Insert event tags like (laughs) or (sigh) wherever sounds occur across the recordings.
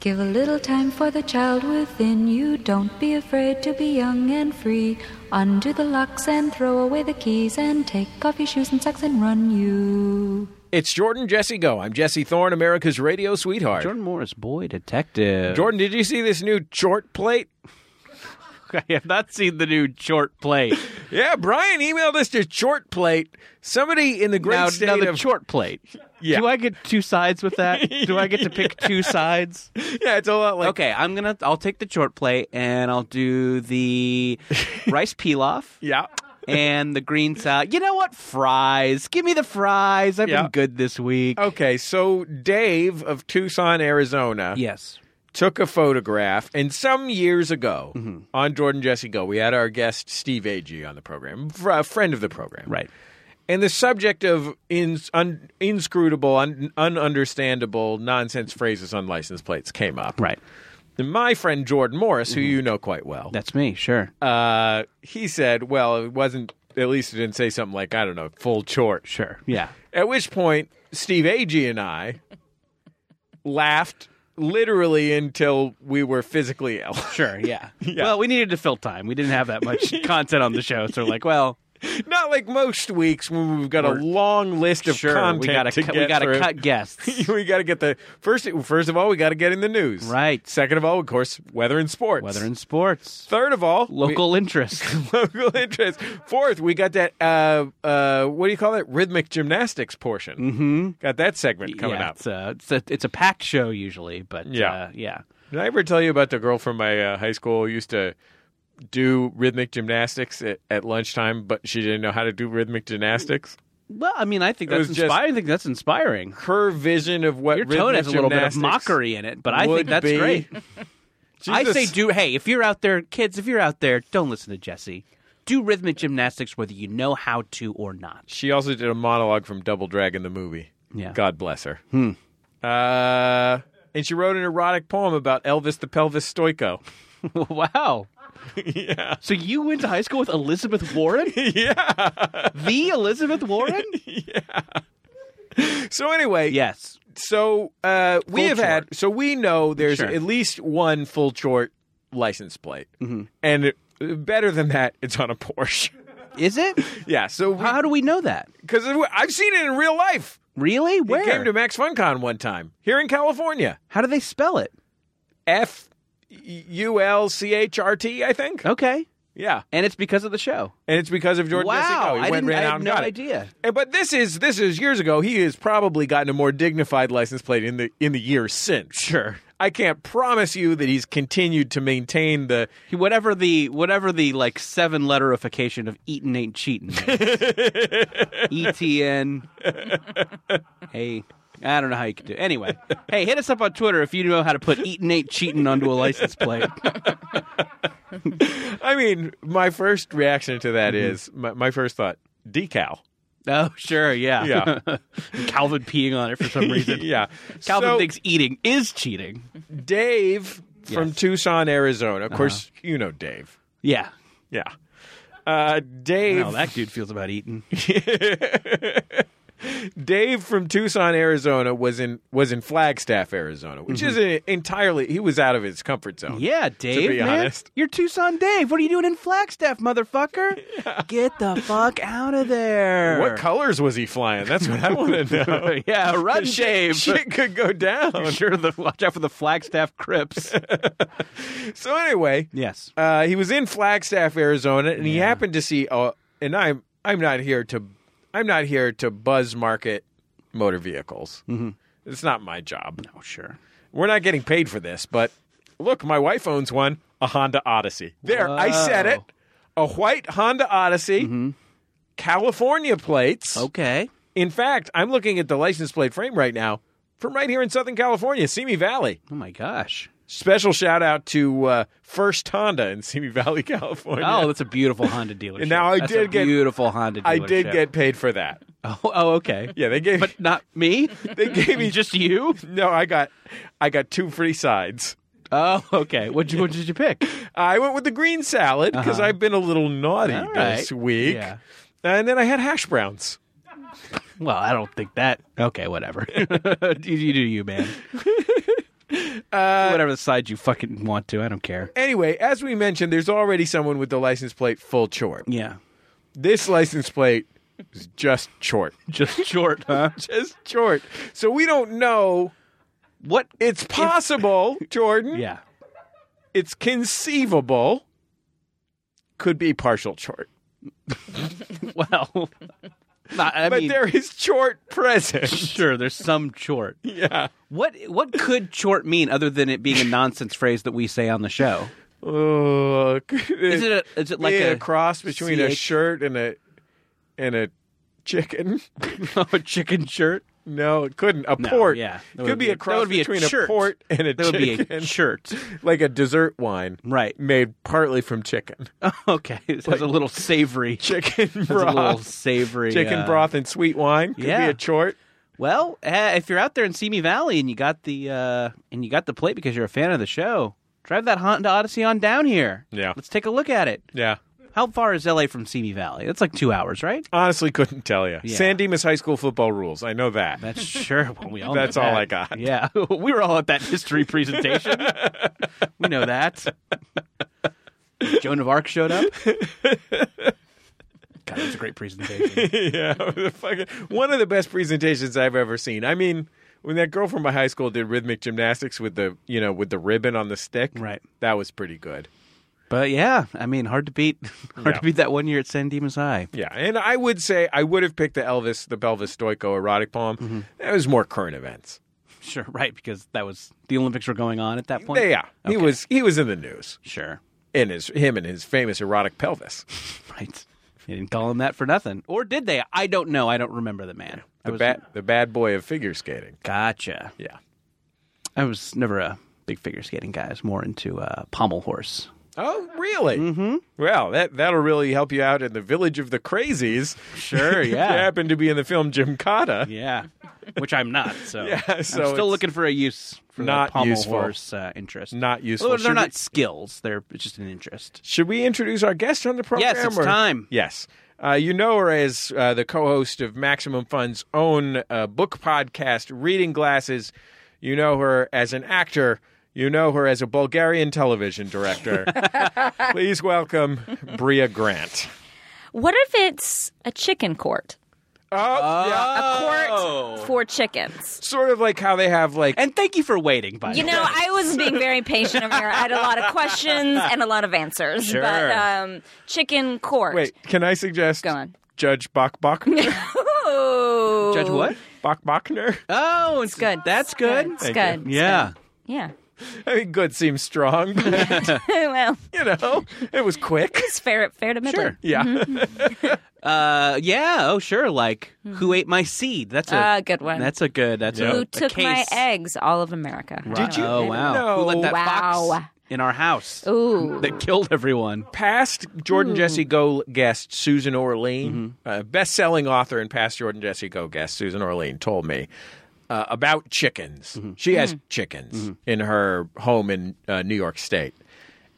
Give a little time for the child within you. Don't be afraid to be young and free. Undo the locks and throw away the keys and take off your shoes and socks and run you. It's Jordan Jesse Go. I'm Jesse Thorne, America's radio sweetheart. Jordan Morris, boy detective. Jordan, did you see this new short plate? (laughs) I have not seen the new short (laughs) plate. Yeah, Brian emailed us to short plate. Somebody in the great now, state now the of short plate. Yeah. Do I get two sides with that? Do I get to (laughs) pick two sides? yeah, it's a lot like okay, I'm gonna. I'll take the short plate and I'll do (laughs) the rice pilaf. yeah. and the green salad. You know what? Fries. Give me the fries. I've Yeah. been good this week. Okay, so Dave of Tucson, Arizona, Yes. took a photograph, and some years ago on Jordan Jesse Go, we had our guest Steve Agee on the program, fr- a friend of the program, Right. And the subject of in, un, inscrutable, un, ununderstandable nonsense phrases on license plates came up. Right. And my friend Jordan Morris, Mm-hmm. who you know quite well, That's me. Sure. uh, he said, "Well, it wasn't. At least it didn't say something like I don't know, full chort." sure. Yeah. At which point, Steve Agee and I (laughs) laughed literally until we were physically (laughs) ill. Sure. (laughs) Yeah. Well, we needed to fill time. We didn't have that (laughs) much content on the show, so we're like, well, Not like most weeks when we've got a long list of sure. content We gotta to cut, get we gotta through. (laughs) cut guests. we got to get the first. First of all, we got to get in the news. Right. Second of all, of course, weather and sports. Weather and sports. Third of all, we- Local interest. local interest. Fourth, we got that. Uh, uh, what do you call it? Rhythmic gymnastics portion. Mm-hmm. Got that segment (laughs) coming yeah, up. It's a, it's a it's a packed show usually, but Yeah. uh, yeah. Did I ever tell you about the girl from my uh, high school who used to do rhythmic gymnastics at, at lunchtime, but she didn't know how to do rhythmic gymnastics? Well, I mean, I It think was that's just- inspiring. I think that's inspiring. Her vision of what Your rhythmic tone has a little bit of gymnastics mockery in it, but I would think that's be. (laughs) great. She's I a say, s- do hey, if you're out there, kids, if you're out there, don't listen to Jesse. Do rhythmic gymnastics whether you know how to (laughs) or not. She also did a monologue from Double Dragon the movie. Yeah. God bless her. Hmm. Uh, and she wrote an erotic poem about Elvis the Pelvis Stoico. wow. yeah. So you went to high school with Elizabeth (laughs) Warren? yeah. the Elizabeth Warren? (laughs) So anyway, yes. So uh, we Full have chort. had. So we know there's Sure. at least one full short license plate, Mm-hmm. and it, better than that, it's on a (laughs) Porsche. Is it? yeah. So How do we know that? because I've seen it in real life. Really? We Where? came to Max FunCon one time here in California. how do they spell it? F U L C H R T, I think. Okay. Yeah, And it's because of the show. and it's because of Jordan Jesse wow. Go. He I, went didn't, ran out I had and no got it. idea. And- But this is this is years ago. He has probably gotten a more dignified license plate in the in the years since. Sure. I can't promise you that he's continued to maintain the He- Whatever the whatever the like seven letterification of eatin' ain't cheating. (laughs) E T N. Hey, I don't know how you could do. It. Anyway, hey, hit us up on Twitter if you know how to put eatin' ain't cheating onto a (laughs) license plate. I mean, my first reaction to that Mm-hmm. is my, my first thought (laughs) decal. Oh, sure, yeah, Yeah. (laughs) Calvin peeing on it for (laughs) some reason. yeah. Calvin so thinks eating is cheating. Dave from Yes. Uh-huh. Tucson, Arizona. Of course, you know Dave. Yeah. Yeah. Uh, Dave How that dude feels about eating. Dave from Tucson, Arizona was in was in Flagstaff, Arizona, which Mm-hmm. isn't entirely he was out of his comfort zone. (laughs) Yeah, Dave. be man. honest. You're Tucson Dave. What are you doing in (laughs) Flagstaff, motherfucker? Get the fuck out of there. What colors was he flying? That's what I (laughs) want to know. (laughs) Yeah, run, Shit, Dave. (laughs) shit could go down. Sure, the, watch out for the Flagstaff Crips. (laughs) So anyway, yes. uh, he was in Flagstaff, Arizona, and he happened to see. Uh, and I'm I'm not here to I'm not here to buzz market motor vehicles. Mm-hmm. It's not my job. Oh, sure. We're not getting paid for this. But look, my wife owns one, a Honda Odyssey. There, I said it. Whoa. A white Honda Odyssey, California plates. Okay. In fact, I'm looking at the license plate frame right now from right here in Southern California, Simi Valley. Oh my gosh. Special shout out to uh, First Honda in Simi Valley, (laughs) California. Oh, that's a beautiful Honda dealership. And now I That's did a get- beautiful Honda. Dealership. I did get paid for that. (laughs) Oh, oh, okay. Yeah, they gave But not me. (laughs) they gave me Just (laughs) you? no. I got I got two free sides. Oh, okay. What you? What did you pick? I went with the green salad because I've been a little naughty Uh-huh. All this right. week, Yeah. and then I had hash browns. (laughs) (laughs) Well, I don't think that. Okay, whatever. you, you do you, man. Uh, Whatever the side you fucking want to, I don't care. Anyway, as we mentioned, there's already someone with the license plate full chort. Yeah, This license plate is (laughs) just chort. just short, huh? Just chort. So we don't know. (laughs) What? It's possible, Jordan. Yeah, It's conceivable. Could be partial chort. well, (laughs) not, I But mean, there (laughs) is chort (laughs) present. sure, there's some short. yeah. What what could short mean other than it being a nonsense phrase that we say on the show? Look. Is it a, is it like Yeah, a, cross between a CH? (laughs) shirt and a and a chicken? (laughs) Oh, a chicken shirt? No, it couldn't. A No, port. yeah. That could would be, be- a that cross would be a between chert. port and a That would be chicken, a shirt, (laughs) like a dessert wine right? made partly from (laughs) chicken, Okay, it has a little savory, chicken has a little broth, savory chicken uh, broth and sweet wine. Could yeah. be a chort. Well, eh, if you're out there in Simi Valley and you got the uh, and you got the plate because you're a fan of the show, drive that Honda Odyssey on down here. Yeah. let's take a look at it. Yeah, How far is LA from Simi Valley? That's like two hours, right? honestly, couldn't tell you. Yeah. San Dimas High School football rules. I know that. That's sure. Well, we all know That's all that. I got. Yeah, (laughs) we were all at that history presentation. we know that. Joan of Arc showed up. God, that was a (laughs) great presentation. (laughs) yeah, the fucking, one of the best presentations I've ever seen. I mean, when that girl from my high school did rhythmic gymnastics with the you know with the ribbon on the stick, Right. That was pretty good. But yeah, I mean, hard to beat. Hard Yeah. to beat that one year at San Dimas High. Yeah, and I would say I would have picked the Elvis, the Belvis Stoico erotic poem. Mm-hmm. That was more current events. Sure, right, because that was the Olympics were going on at that point. Oh, Yeah, he was he was in the news Sure. (laughs) in his him and his famous erotic pelvis. Right. They didn't call him that for nothing. Or did they? I don't know. I don't remember the man. I The was bad the bad boy of figure skating. Gotcha. Yeah. I was never a big figure skating guy. I was more into uh, pommel horse. Oh, really? Mm-hmm. Well, that that'll really help you out in the village of the crazies. (laughs) Sure, If you yeah. happen to be in the film Gymkata. Yeah. (laughs) Which I'm not. So, (laughs) Yeah, I'm so still it's looking for a use for not the pommel useful. horse uh, interest. Not useful. Although Should they're we- not skills. They're it's just an interest. Should we introduce our guest on the program? Yes, it's or- time. Yes. Uh, you know her as uh, the co host of Maximum Fun's own uh, book podcast, Reading Glasses. You know her as an actor. You know her as a Bulgarian television (laughs) director. Please welcome Bria Grant. What if it's a chicken court? Oh, Uh, A yeah. Oh. court for chickens. Sort of like how they have, like, And thank you for waiting, by You the know, way. I was being very patient over here. I had a lot of questions and a lot of answers. Sure. But um, chicken court. wait, can I suggest Go on. Judge Bach (laughs) Bachner? Ooh. Judge what? Bach Bachner? Oh, it's good. That's good. It's good. It's Yeah. good. Yeah. (laughs) (laughs) I mean, good seems strong, but, well, you know, it was quick. (laughs) it's fair, fair to middling. Sure. Yeah. Uh, yeah. Oh, sure. Like, who ate my seed? That's a Uh, Mm-hmm. good one. That's a good. That's Yeah. a, Who a took my case. eggs? All of America. Did you Oh wow! know- Who let that Wow. fox in our house Ooh. that killed everyone? past Hmm. Jordan Jesse Go guest Susan Orlean, Mm-hmm. uh, best-selling author and past Jordan Jesse Go guest Susan Orlean told me uh, about chickens. Mm-hmm. She has chickens in her home in uh, New York State,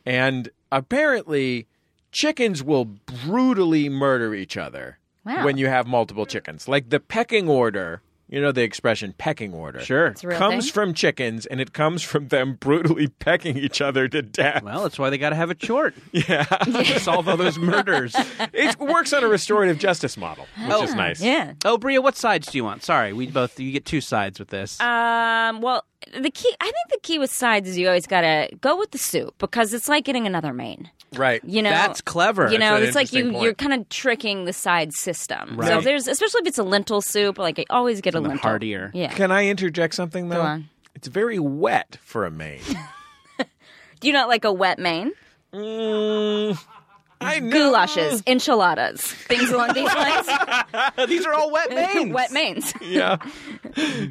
and apparently, chickens will brutally murder each other Wow. when you have multiple chickens, like the pecking order. You know the expression "pecking order." Sure. a real comes thing? from chickens, and it comes from them (laughs) brutally pecking each other to death. (laughs) Well, that's why they got to have a chort. Yeah. to solve all those murders. (laughs) It works on a restorative justice model, which is nice. Yeah. Oh, Bria, what sides do you want? Sorry, we both you get two sides with this. Um, well, the key, I think the key with sides is you always got to go with the soup because it's like getting another main. Right. You know, That's clever. You know, That's an it's like you interesting point. you're kind of tricking the side system. Right. So if there's, especially if it's a lentil soup, like I always get a Something lentil. heartier. Yeah. Can I interject something though? on. It's very wet for a (laughs) Maine. Do you not like a wet main? mm, I know. (laughs) Goulashes, enchiladas, things along these lines. These are all wet mains. (laughs) wet mains. Yeah,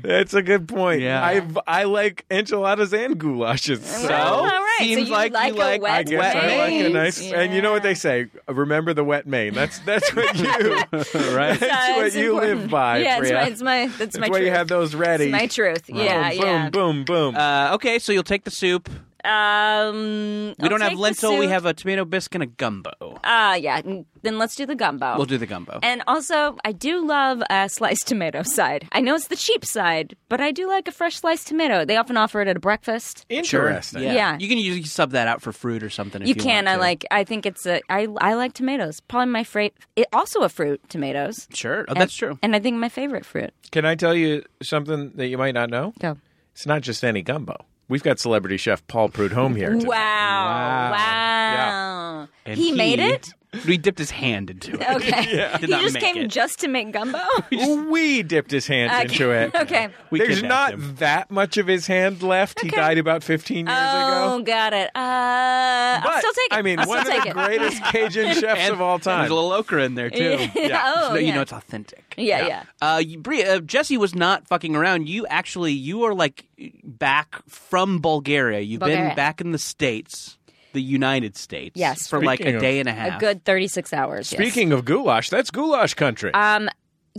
that's a good point. Yeah. I've, I like enchiladas and goulashes. So. Well, (laughs) all right. seems so you like like, you a like- wet I guess main. I like a mains. nice, and you know what they say: remember the wet Maine. That's that's (laughs) what you that's right? what it's you important. live by. Yeah, it's Priya. my, it's my, that's, That's my why truth. you have those ready. It's my truth. Yeah, Uh, boom, yeah. boom, boom, boom. Uh, okay, so you'll take the soup. Um, We don't have lentil. We have a tomato bisque and a gumbo. Uh, yeah. n- Then let's do the gumbo. We'll do the gumbo. And also, I do love a sliced tomato side. I know it's the cheap side, but I do like a fresh sliced tomato. They often offer it at a breakfast. Interesting. Yeah. You can usually sub that out for fruit or something. If You you, can. want I to. like. I think it's a. I I like tomatoes. Probably my favorite. Also a fruit. Tomatoes. Sure. Oh, And- that's true. And I think my favorite fruit. Can I tell you something that you might not know? Go. It's not just any gumbo. We've got celebrity chef Paul Prudhomme here. today. Wow! Wow! And He made it. He dipped his hand into it. (laughs) (laughs) Okay. Did he not just make came it. just to make gumbo. We dipped his hand Okay. into it. (laughs) Okay. We There's not kidnapped him. that much of his hand left. He Okay. died about 15 years Oh, ago. got it. Uh, I'll But, still take it. I mean, I'll one still of take the it. greatest (laughs) Cajun chefs And of all time. There's a little okra in there too. Oh, So, You yeah. know it's authentic. Yeah, yeah. Uh, you- Bria, uh, Jesse was not fucking around. You actually, you are like back from Bulgaria. You've been Bulgaria. back in the states, the United States. Yes. for like Speaking a of- day and a half. A good 36 hours. yes. Speaking of goulash, that's goulash country. Um,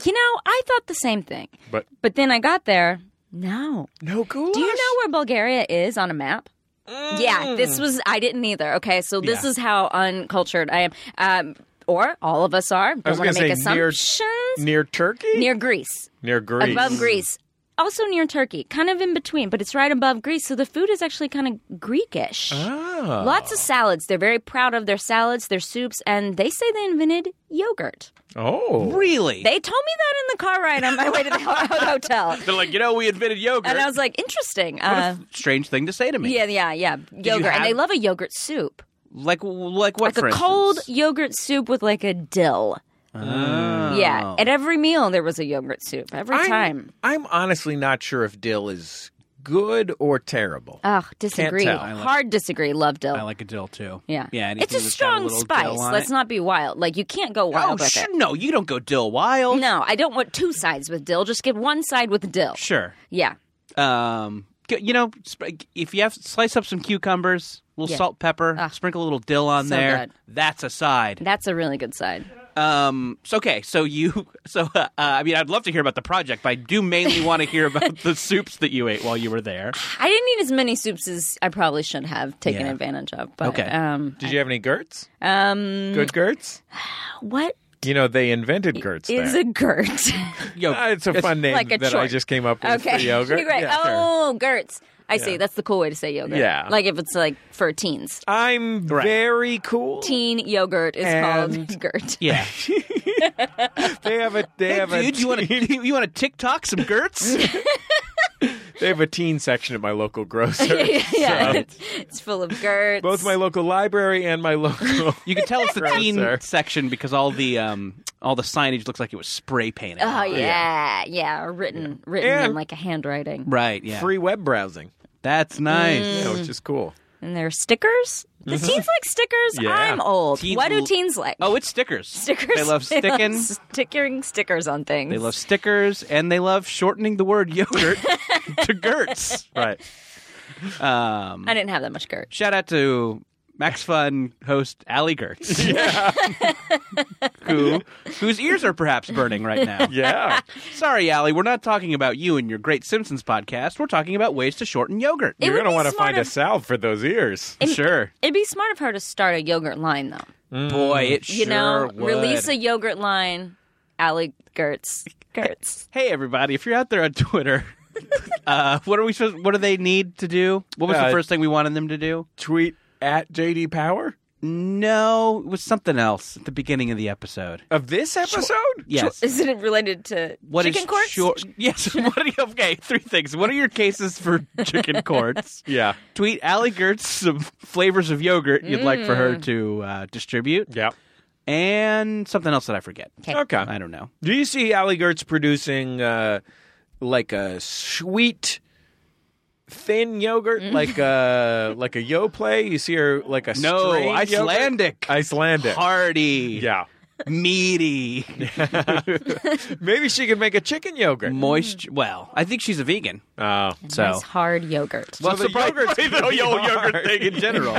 you know, I thought the same thing. but But then I got there. No. no goulash. Do you know where Bulgaria is on a map? Yeah, Mm. this was I didn't either. Okay, so this Yeah. is how uncultured I am, um, or all of us are. Don't I was want to gonna make say near- assumptions. near Turkey? near Greece, Near Greece. above Greece, also near Turkey, kind of in between, but it's right above Greece. So the food is actually kind of Greekish. Ah. Lots of salads. They're very proud of their salads, their soups, and they say they invented yogurt. Oh. Really? They told me that in the car ride on my way to the ho- (laughs) hotel. They're like, you know, we invented yogurt. And I was like, interesting. what a Uh, f- strange thing to say to me. yeah, yeah, yeah. Yogurt. have- And they love a yogurt soup. Like, like what? Like for a cold instance? yogurt soup with like a dill. Mm, Yeah. Oh. At every meal, there was a yogurt soup. Every time. I'm honestly not sure if dill is good or terrible. Ugh, disagree. tell. I Hard disagree. Love dill. I like a dill too. yeah. Yeah. It's a anything that's got strong little spice. dill on Let's it. not be wild. Like, you can't go wild Oh, with sh- it. no, you don't go dill wild. No, I don't want two sides with dill. Just get one side with dill. Sure. Yeah. Um, g- you know, sp- if you have slice up some cucumbers, a little Yeah. salt, pepper, Ah. sprinkle a little dill on So there. good. That's a side. That's a really good side. Um, so okay, so you, (laughs) so uh, uh, I mean, I'd love to hear about the project, but I do mainly want to hear about (laughs) the soups that you ate while you were there. I didn't eat as many soups as I probably should have taken Yeah. advantage of. But Okay. um, Did you have any Gertz? um, Good Gertz? what You know, they invented Gertz is there. a Gert? (laughs) Yo, Ah, it's a fun name like a that I short. just came up with okay, (laughs) for yogurt. You're right. Yeah, sure. oh, Gertz. I see. That's the cool way to say yogurt. Yeah. like if it's like for teens. I'm very cool. Teen yogurt is And- called (laughs) Gert. yeah. (laughs) They have a they have a Dude, you want to (laughs) you want to TikTok some Gertz? they have a teen section at my local grocer. (laughs) yeah, it's full of Gertz. Both my local library and my local. (laughs) You can tell it's the (laughs) Gross, teen sir. section because all the um all the signage looks like it was spray painted. Oh yeah, yeah, written, written And- in like a handwriting, Right. Yeah. Free web browsing, That's nice. you Mm. know, which is cool. (laughs) and there are stickers. The teens like stickers. Yeah. I'm old. Teens what do l- teens like? Oh, it's stickers. (laughs) stickers. They love (laughs) They sticking. love sticking stickers on things. They love stickers, and they love shortening the word (laughs) yogurt to Gertz. Right. Um, I didn't have that much courage. shout out to Max Fun host Ali Gertz, (laughs) who whose ears are perhaps burning right now. Yeah. Sorry, Ali, we're not talking about you and your great Simpsons podcast. We're talking about ways to shorten yogurt. It You're would gonna be want to smart find a of- salve for those ears. sure, It'd be smart of her to start a yogurt line, though. boy, it You sure know, would. release a yogurt line, Allie Gertz. (laughs) Gertz. Hey, everybody! If you're out there on (laughs) Twitter, uh, what are we supposed? What do they need to do? What was Uh, the first thing we wanted them to do? Tweet at JD Power No, it was something else at the beginning of the episode. of this episode. Yes. Is it related to What is chicken courts? short- (laughs) yes. What are you, okay, three things. What are your cases for (laughs) chicken courts? Yeah. Tweet Allie Gertz some flavors of yogurt you'd like for Mm. her to uh, distribute, Yeah. and something else that I forget. Okay. I don't know. Do you see Ali Gertz producing uh, like a sweet thin yogurt, Mm. like (laughs) a like a yo play? You see her like a No, strained yogurt? Icelandic. Icelandic. Hearty, Yeah, meaty, (laughs) maybe she could make a chicken yogurt. moist. Well, I think she's a vegan. Oh, So, Nice hard yogurt. well, So it's the probably- yogurt's probably pretty (laughs) the whole hard. yogurt thing in (laughs) general.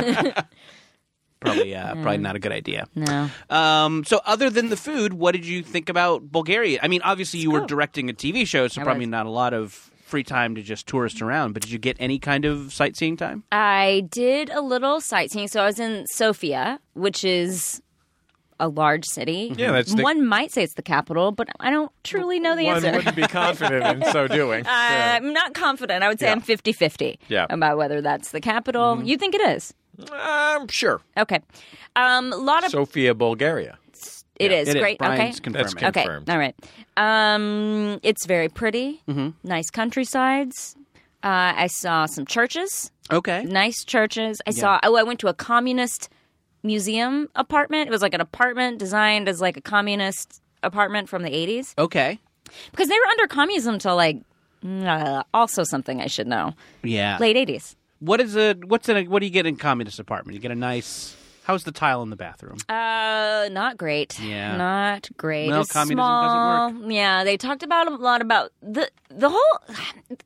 probably, uh, probably Mm. not a good idea. no. Um, so, other than the food, what did you think about Bulgaria? I mean, obviously, you were directing a TV show, so I probably was. not a lot of free time to just tourist around, but did you get any kind of sightseeing time? I did a little sightseeing. So I was in Sofia, which is a large city. Mm-hmm. Yeah, that's the- one might say it's the capital, but I don't truly know the One (laughs) answer. wouldn't be confident in so doing. (laughs) Uh, I'm not confident. I would say I'm 50 50 Yeah. about whether that's the capital. Mm-hmm. You think it is? I'm sure. Okay. Um, a lot of Sofia, Bulgaria. it is It is. great. Brian's okay. confirming. That's Okay. confirmed. All right. Um, it's very pretty. Nice countrysides. Uh, I saw some churches. Okay. Nice churches. I saw. Oh, I went to a communist museum apartment. It was like an apartment designed as like a communist apartment from the eighties Okay. because they were under communism till like uh, also something I should know Yeah. late eighties. What is a what's in a what do you get in a communist apartment? You get a nice how's the tile in the bathroom? Uh, not great. Yeah. not great. Well, It's communism small. doesn't work. Yeah, they talked about a lot about the the whole.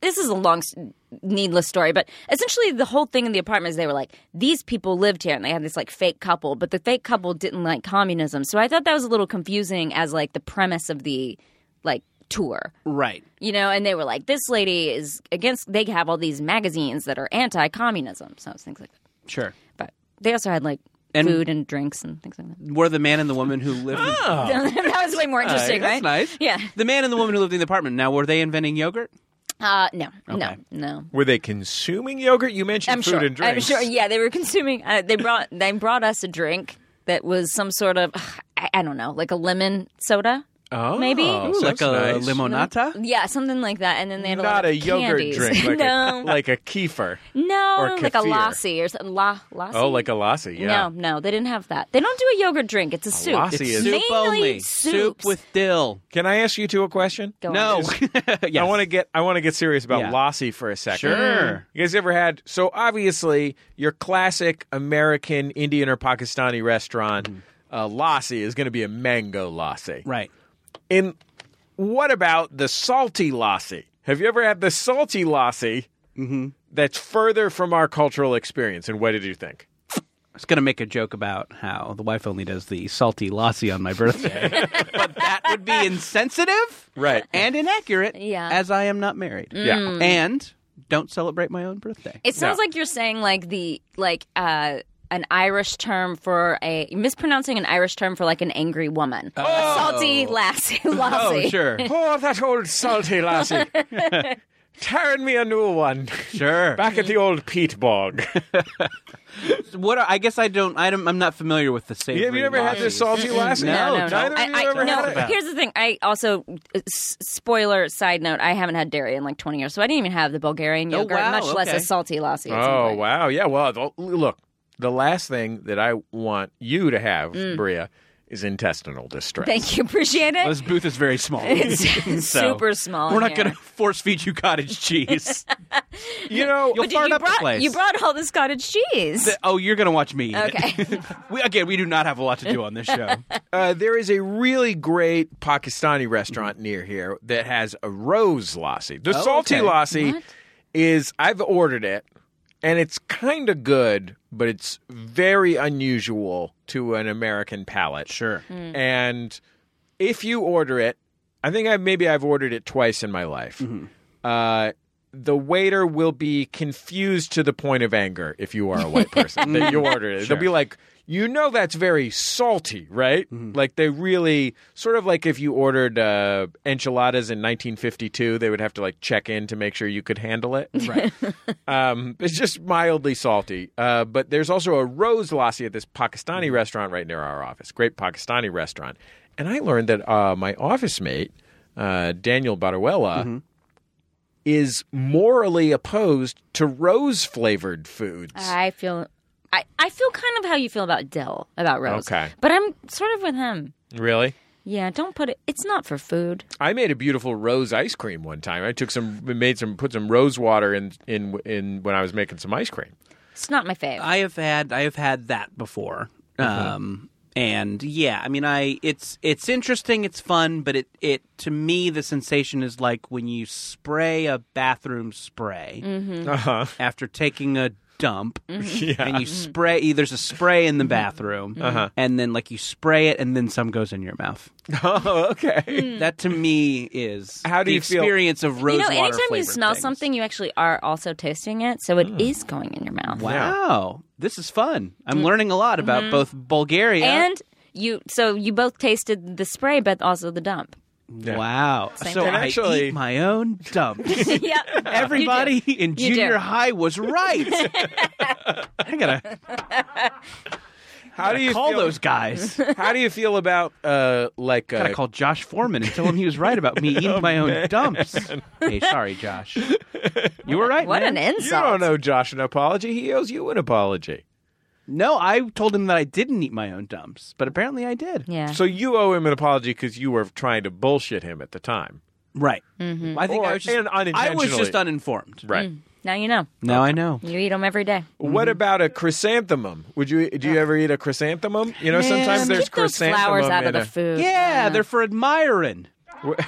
This is a long, s- needless story, but essentially the whole thing in the apartment is they were like these people lived here, and they had this like fake couple, but the fake couple didn't like communism, so I thought that was a little confusing as like the premise of the like tour right. you know, and they were like, this lady is against, they have all these magazines that are anti communism. So it's things like that. Sure. But they also had like And- food and drinks and things like that. Were the man and the woman who lived (laughs) in that was way more interesting, That's Oh, right? nice. Yeah. The man and the woman who lived in the apartment. Now were they inventing yogurt? Uh, no, Okay. no, no. Were they consuming yogurt? You mentioned I'm food sure. and I'm drinks. sure. Yeah, they were consuming. Uh, they brought they brought us a drink that was some sort of I, I don't know, like a lemon soda. Oh, Maybe. sounds like a nice. limonata? Yeah, something like that. And then they had a lot Not of a yogurt candies. drink, (laughs) like, no, a, like a kefir. no, or like a kefir. lassi or something. La, lassi. Oh, like a lassi, yeah. No, no, they didn't have that. They don't do a yogurt drink. It's a soup. lassi It's is- soup Mainly only. Soup soups. with dill. Can I ask you two a question? Go No. (laughs) on. I Yes. want to get I want to get serious about Yeah. lassi for a second. Mm. Sure. You guys ever had so obviously your classic American Indian or Pakistani restaurant uh, lassi is going to be a mango lassi. Right. In what about the salty lassi? Have you ever had the salty lassi that's further from our cultural experience? And what did you think? I was going to make a joke about how the wife only does the salty lassi on my birthday. (laughs) but that would be insensitive Right. and inaccurate Yeah. Mm. as I am not married. Yeah. And don't celebrate my own birthday. It sounds No. like you're saying like the like uh an Irish term for a mispronouncing an Irish term for like an angry woman. A salty lassie. lassie. oh, (laughs) sure. Oh, that old salty lassie. Tearing me a new one. Sure. Back at the old peat (laughs) bog. What are, I guess I don't. I don't I'm not familiar with the savory. Have you ever had this lassies. salty lassie? No, no, no. Neither of you I, I, ever no. had it? Here's the thing. I also uh, s- spoiler side note. I haven't had dairy in like 20 years, so I didn't even have the Bulgarian Oh, yogurt, wow, much less okay. a salty lassi. at some Oh point. wow, yeah. Well, th- look, the last thing that I want you to have, Bria, is intestinal distress. Mm. Thank you. Appreciate it. This booth is very small. It's (laughs) So, super small. We're not here. going to force feed you cottage (laughs) cheese. You know, You'll But dude, fart you up brought, the place. You brought all this cottage cheese. oh, you're going to watch me. eat it. okay. (laughs) we, again, we do not have a lot to do on this show. (laughs) uh, there is a really great Pakistani restaurant near here that has a rose lassi. The Mm-hmm. Oh, salty okay. lassi What? is I've ordered it, and it's kind of good, but it's very unusual to an American palate. sure. Mm. and if you order it, I think I maybe I've ordered it twice in my life. Mm-hmm. Uh, the waiter will be confused to the point of anger if you are a white person that (laughs) you ordered it. Sure. They'll be like, you know, that's very salty, right? Mm-hmm. Like they really sort of like if you ordered uh, enchiladas in 1952, they would have to like check in to make sure you could handle it. Right. Um, (laughs) it's just mildly salty. Uh, but there's also a rose lassi at this Pakistani Mm. restaurant right near our office. Great Pakistani restaurant. And I learned that uh, my office mate, uh, Daniel Baruella, Mm-hmm. is morally opposed to rose flavored foods. Uh, I feel. I, I feel kind of how you feel about Dill, about Rose. Okay. But I'm sort of with him. really? Yeah, don't put it. It's not for food. I made a beautiful rose ice cream one time. I took some, made some, put some rose water in, in, in when I was making some ice cream. It's not my fave. I have had I have had that before. Um and yeah, I mean I it's it's interesting, it's fun, but it it to me the sensation is Mm. like when you spray a bathroom spray Uh-huh. Uh huh. after taking a (laughs) dump and you spray there's a spray Mm-hmm. in the bathroom Uh-huh. and then like you spray it and then some goes in your mouth (laughs) Oh, okay. that to me is How do the you feel- experience of Mm. You rose know, water anytime you flavored smell things. something, you actually are also tasting it, so it Hmm. is going in your mouth. wow this is fun i'm learning a lot about both bulgaria Mm. Mm-hmm. And you, so you both tasted the spray, but also the (laughs) dump. wow so thing. i Actually- eat my own (laughs) dumps yep. everybody You do. in You do. junior high was (laughs) right i gotta How do you call feel, those guys (laughs) How do you feel about uh like gotta uh, call Josh Foreman and tell him he was (laughs) right about me eating Oh, my own dumps. Hey, sorry, Josh. You were right. What man. an You (laughs) insult! don't owe Josh an apology. He owes you an apology. No, I told him that I didn't eat my own dumps, but apparently I did. Yeah. So you owe him an apology because you were trying to bullshit him at the time. Right. Mm-hmm. I think I Or- was just and I was unintentionally. just uninformed. Right. now you know. Now I know. You eat them every day. What Mm-hmm. about a chrysanthemum? Would you do you ever eat a chrysanthemum? You know, sometimes Just there's Keep those chrysanthemum flowers out of in the a- food. Yeah, they're for admiring.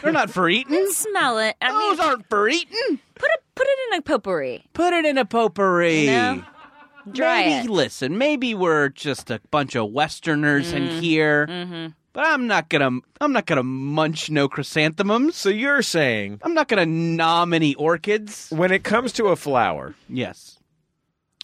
They're not for eating. Smell it. (laughs) I mean, Those aren't for eating. put it put it in a potpourri. Put it in a potpourri. No. Dry maybe it. listen, maybe we're just a bunch of Westerners Mm-hmm. in here, but I'm not gonna I'm not gonna munch no chrysanthemums. So you're saying I'm not gonna nom any orchids. when it comes to a flower, Yes.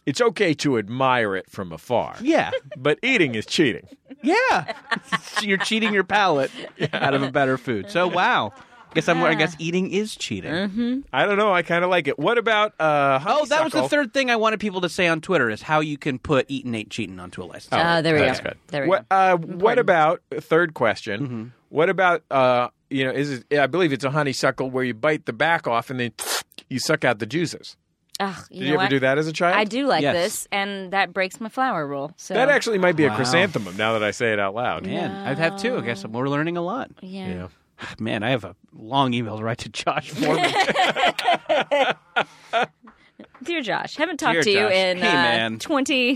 it's okay to admire it from afar, Yeah. but eating is cheating. Yeah. (laughs) You're cheating your palate out of a better food. So wow. Guess I'm. I guess eating is cheating. Mm-hmm. I don't know. I kind of like it. What about uh? Oh, that was the honeysuckle? third thing I wanted people to say on Twitter is how you can put eating ain't cheating onto a list. Oh, there we That's go. good. There we What, go. uh, what about third question? What about uh, you know? Is it, I believe it's a honeysuckle where you bite the back off and then (sniffs) you suck out the juices. Ugh, you Did know you, ever what? do that as a child? I do like Yes. this, and that breaks my flower rule. So That actually might be a Wow. chrysanthemum. Now that I say it out loud. Man, I've had two. I guess we're learning a lot. yeah. Yeah. Man, I have a long email to write to Josh (laughs) Foreman. Dear Josh, haven't talked Dear to you Josh. in Hey, uh, man. 20,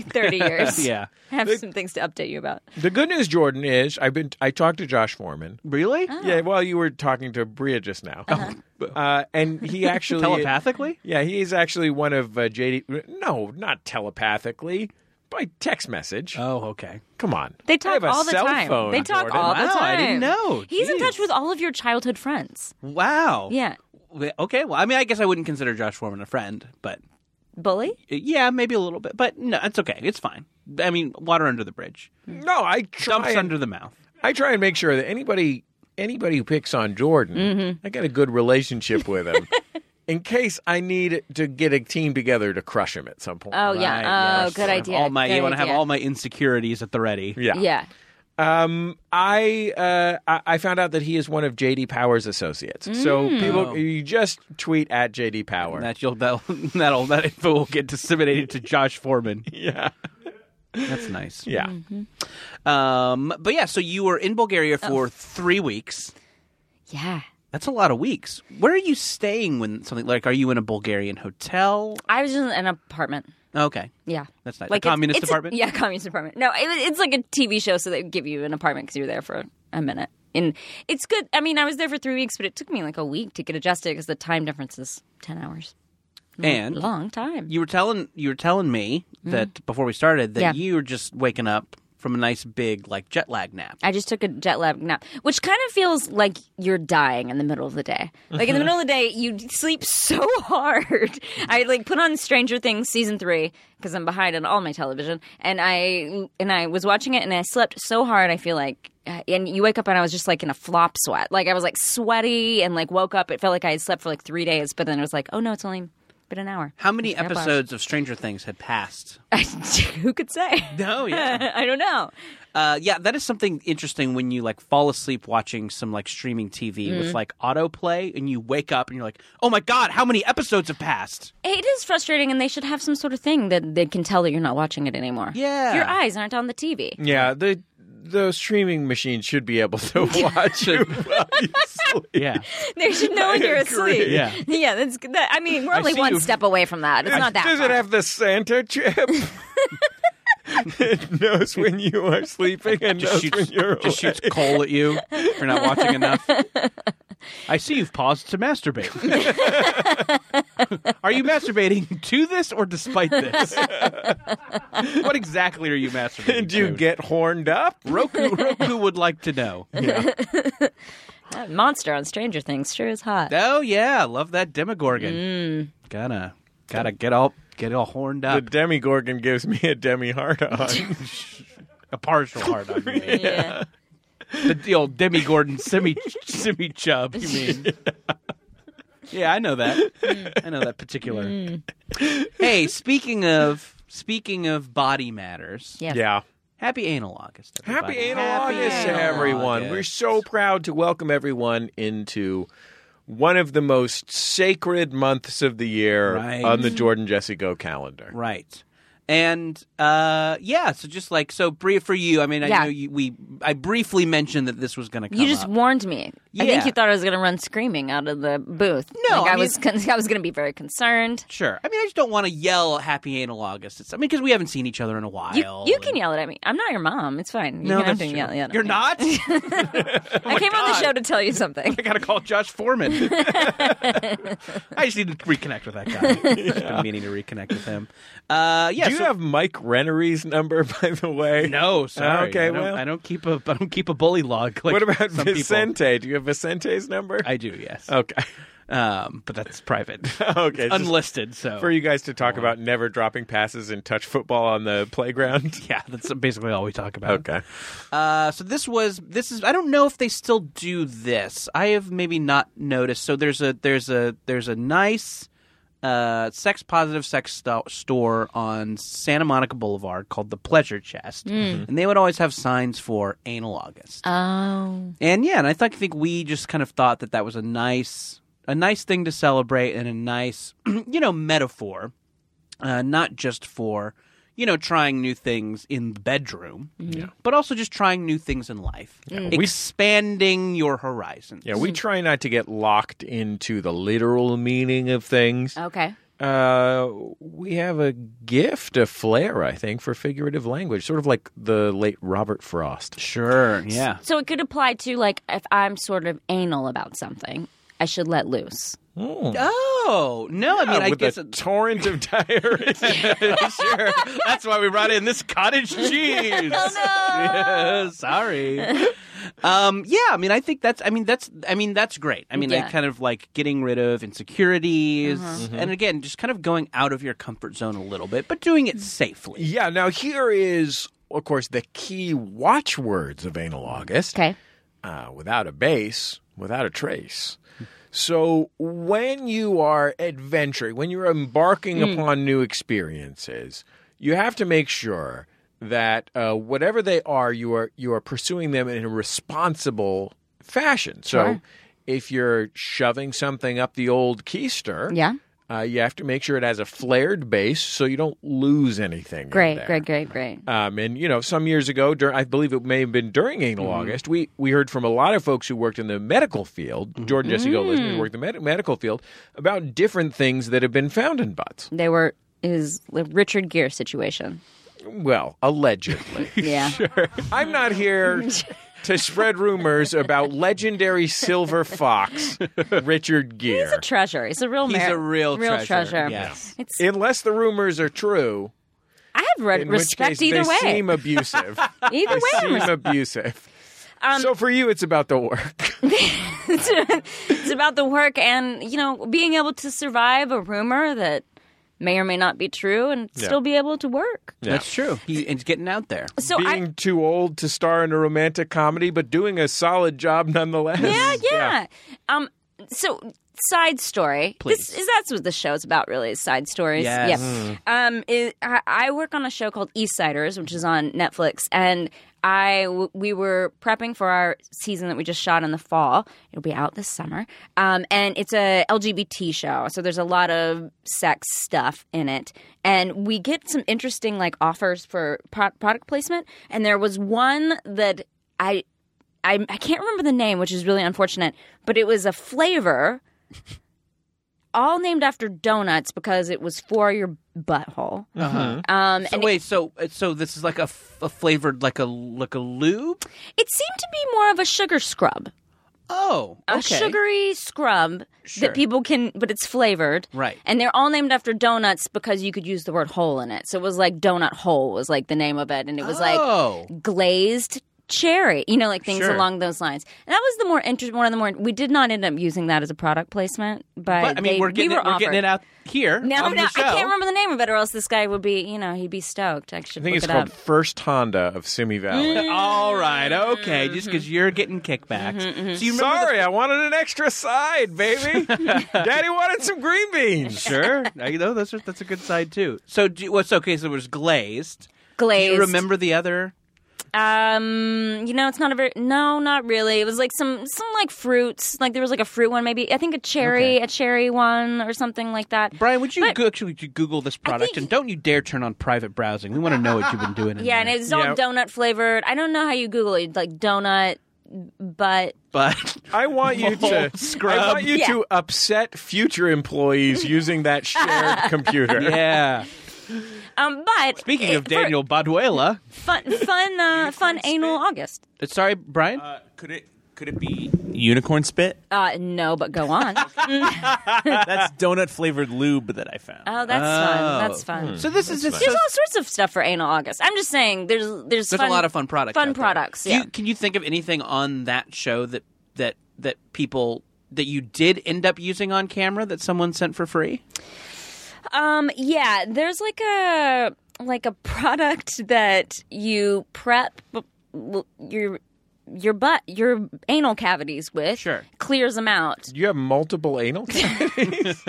(laughs) 30 years. yeah. Have some things to update you about. The good news, Jordan, is I've been I talked to Josh Foreman. Really? Oh. Yeah, well, you were talking to Bria just now, Uh-huh. (laughs) uh, and (laughs) he actually Telepathically? Yeah, he is actually one of uh, JD. No, not telepathically. By text message. Oh, okay. Come on. They I talk have a all the cell time. phone, they talk Jordan. all the Wow, time. I didn't know. He's in Jeez. touch with all of your childhood friends. Wow. Yeah. Wait, Okay. Well, I mean, I guess I wouldn't consider Josh Foreman a friend, but Bully? uh, yeah, maybe a little bit. But no, it's okay. It's fine. I mean, water under the bridge, No, I try. dumps And, under the mouth. I try and make sure that anybody anybody who picks on Jordan, I got a good relationship with him. In case I need to get a team together to crush him at some point. Oh, Right, yeah. Oh, yes. good idea. All my, good you want to have idea. all my insecurities at the ready. yeah. Yeah. Um, I, uh, I I found out that he is one of JD Power's associates. So people, you just tweet at JD Power. That (laughs) you'll that'll, that'll that info will get disseminated to Josh Foreman. yeah, That's nice. yeah. Um, but yeah, so you were in Bulgaria Oh. for three weeks. Yeah. That's a lot of weeks. Where are you staying when something like? Are you in a Bulgarian hotel? I was in an apartment. Okay, Yeah. that's nice. Like a it's- communist it's a- apartment. yeah, communist apartment. No, it, it's like a TV show, so they give you an apartment because you're there for a minute. And it's good. I mean, I was there for three weeks, but it took me like a week to get adjusted because the time difference is ten hours. and Mm-hmm. Long time. you were telling you were telling me that before we started that Yeah. you were just waking up from a nice big like jet lag nap. I just took a jet lag nap, which kind of feels like you're dying in the middle of the day. Like Mm-hmm. in the middle of the day, you sleep so (laughs) hard. I like put on Stranger Things season three because I'm behind on all my television, and I and I was watching it and I slept so hard. I feel like, uh, and you wake up and I was just like in a flop sweat. Like I was like sweaty and like woke up. It felt like I had slept for like three days, but then it was like, oh no, it's only been an hour. How many It's been a couple hours. episodes of Stranger Things had (laughs) passed? (laughs) Who could say? No, Oh, yeah. (laughs) I don't know. (laughs) Uh, yeah, that is something interesting when you like fall asleep watching some like streaming TV Mm-hmm. with like autoplay, and you wake up and you're like, "Oh my god, how many episodes have passed?" It is frustrating, and they should have some sort of thing that they can tell that you're not watching it anymore. Yeah. Your eyes aren't on the TV. Yeah, the the streaming machine should be able to watch you while you sleep. (laughs) Yeah, (laughs) They should know when you're asleep. Yeah. (laughs) Yeah, that's good. That, I mean, we're I only see one you've- step away from that. It's not that Does far. it have the Santa (laughs) chip? it knows when you are sleeping and just knows when shoots, you're just shoots awake. coal at you (laughs) for not watching enough. I see you've paused to masturbate. (laughs) Are you masturbating to this or despite this? (laughs) what exactly are you masturbating Do you to? get horned up? Roku Roku would like to know. That monster on Stranger Things sure is hot. Oh yeah, love that Demogorgon. Gotta gotta get all get all horned The up. demigorgon gives me a demi (laughs) hard on. a partial hard on (laughs) me. yeah. the, the old Demogorgon semi semi chub. You mean? (laughs) yeah, I know that. I know that particular. Mm. Hey, speaking of speaking of body matters, Yeah. yeah. happy anal August. Happy everybody. Anal Happy August, anal everyone. August. We're so proud to welcome everyone into one of the most sacred months of the year Right. on the Jordan Jesse Go calendar. Right. And uh, yeah, so just like so brief for you. I mean, I Yeah. know you, we I briefly mentioned that this was going to come You just up. warned me. I think Yeah. you thought I was going to run screaming out of the booth. No, like, I, I mean- was con- (laughs) I was going to be very concerned. sure. I mean, I just don't want to yell "Happy Anal August." It's, I mean, because we haven't seen each other in a while. You, you and- can yell it at me. I'm not your mom. It's fine. You No, can that's have to true. yell, yell at You're me. not. (laughs) Oh I I came on the show to tell (laughs) you something. gotta call Josh (laughs) Foreman. I just need to reconnect with that guy. I've been meaning to reconnect with him. Uh, yeah. Do you so- have Mike Rennery's number, (laughs) by the way? no, sorry. Okay, I don't, well. I don't keep a I don't keep a bully log. Like What about some people. Vicente? Do you have Vicente's number? I do, yes. okay. Um, but that's private. (laughs) okay. just unlisted. So for you guys to talk about never dropping passes and touch football on the (laughs) playground. (laughs) yeah, that's basically all we talk about. Okay. Uh, so this was this is I don't know if they still do this. I have maybe not noticed. So there's a there's a there's a nice uh, sex positive sex sto- store on Santa Monica Boulevard called the Pleasure Chest, and they would always have signs for anal August. Oh. And yeah, and I thought, I think we just kind of thought that that was a nice, a nice thing to celebrate and a nice, (clears throat) you know, metaphor, uh, not just for, you know, trying new things in the bedroom, but also just trying new things in life, expanding your horizons. Yeah, we try not to get locked into the literal meaning of things. Okay. Uh, we have a gift, a flair, I think, for figurative language, sort of like the late Robert Frost. sure. Yeah. So it could apply to, like, if I'm sort of anal about something, I should let loose. Oh no! I mean, I with guess a it- torrent of diarrhea. (laughs) sure. (laughs) That's why we brought in this cottage cheese. Yeah, (laughs) sorry. Um, yeah, I mean, I think that's. I mean, that's. I mean, that's great. I mean, Yeah. Mm-hmm. I kind of like getting rid of insecurities, and again, just kind of going out of your comfort zone a little bit, but doing it (laughs) safely. yeah, now here is, of course, the key watchwords of Anal August. Okay. uh, without a base, without a trace. So when you are adventuring, when you're embarking Hmm. upon new experiences, you have to make sure that uh, whatever they are, you are you are pursuing them in a responsible fashion. So if you're shoving something up the old keister, Yeah. uh, you have to make sure it has a flared base so you don't lose anything. in Great, there. great, great, great. Um, and you know, some years ago, dur I believe it may have been during Anal Mm-hmm. August, we we heard from a lot of folks who worked in the medical field. Mm-hmm. Jordan Jesse Go listeners Mm. who worked in the med- medical field about different things that have been found in butts. They were his Richard (laughs) Gere situation. Well, (laughs) allegedly, Yeah. I'm not here. To spread rumors about legendary silver fox Richard Gere. Treasure. It's a real He's mer- a real, real treasure. Yes. It's Unless the rumors are true, I have read in respect which case either they way. seem (laughs) abusive. either way, they I'm seem res- abusive. Um, so for you, it's about the work. it's about the work and you know being able to survive a rumor that may or may not be true and still be able to work. That's true. He, and getting out there. So being (laughs) I, too old to star in a romantic comedy, but doing a solid job nonetheless. yeah, yeah. Um, so side story. Please. This is that's what the show's about, really. Is side stories. Yes. Yeah. Um, it, I, I work on a show called Eastsiders, which is on Netflix, and I w- we were prepping for our season that we just shot in the fall. It'll be out this summer, um, and it's a LGBT show, so there's a lot of sex stuff in it, and we get some interesting like offers for pro- product placement, and there was one that I. I, I can't remember the name, which is really unfortunate, but it was a flavor all named after donuts because it was for your butthole. Um, Uh-huh. So and wait, so so this is like a, f- a flavored like a like a lube. it seemed to be more of a sugar scrub. Oh, a okay. sugary scrub Sure. that people can, but it's flavored. Right. And they're all named after donuts because you could use the word hole in it. So it was like donut hole was like the name of it. And it was Oh. like glazed cherry, you know, like things Sure. along those lines. And that was the more interesting one of the more, we did not end up using that as a product placement, but, But I mean, they- we're getting we were it, we're getting offered. it out here Now, on I'm the not- show. I can't remember the name of it, or else this guy would be, you know, he'd be stoked. I should I think look it's it called up. Mm, First Honda of Simi Valley. All right, okay. Just Mm-hmm. because you're getting kickbacks, so you remember Sorry, I wanted an extra side, (laughs) baby. Daddy wanted some green beans. Sure, I know that's a, that's a good side too. So do you, what's okay? So it was glazed. Do Glazed. you remember the other? Um, you know, it's not a very no, not really. It was like some some like fruits. Like there was like a fruit one, maybe I think a cherry, Okay. a cherry one or something like that. Brian, would you But- go, actually would you Google this product think- and don't you dare turn on private browsing. We want to know what you've been doing. In (laughs) yeah, and there. it's all Yeah. donut flavored. I don't know how you Google it, like donut, but but (laughs) I want you to Scrub. I want you Yeah. to upset future employees using (laughs) that shared computer. yeah. um, but Speaking of (laughs) for- Daniel Baduela, fun, fun, uh, fun anal August. Uh, sorry, Brian. Uh, could it could it be unicorn spit? Uh, no, but (laughs) go on. oh, That's donut flavored lube that I found. that's fun. Oh. That's fun. so this is just. There's all sorts of stuff for anal August. I'm just saying, there's there's, There's fun, a lot of fun products. Fun out there. products. Do Yeah. You, can you think of anything on that show that that that people that you did end up using on camera that someone sent for free? Um, yeah, there's like a like a product (laughs) that you prep b- l- your your butt your anal cavities with. Sure. clears them out. You have multiple anal (laughs) cavities?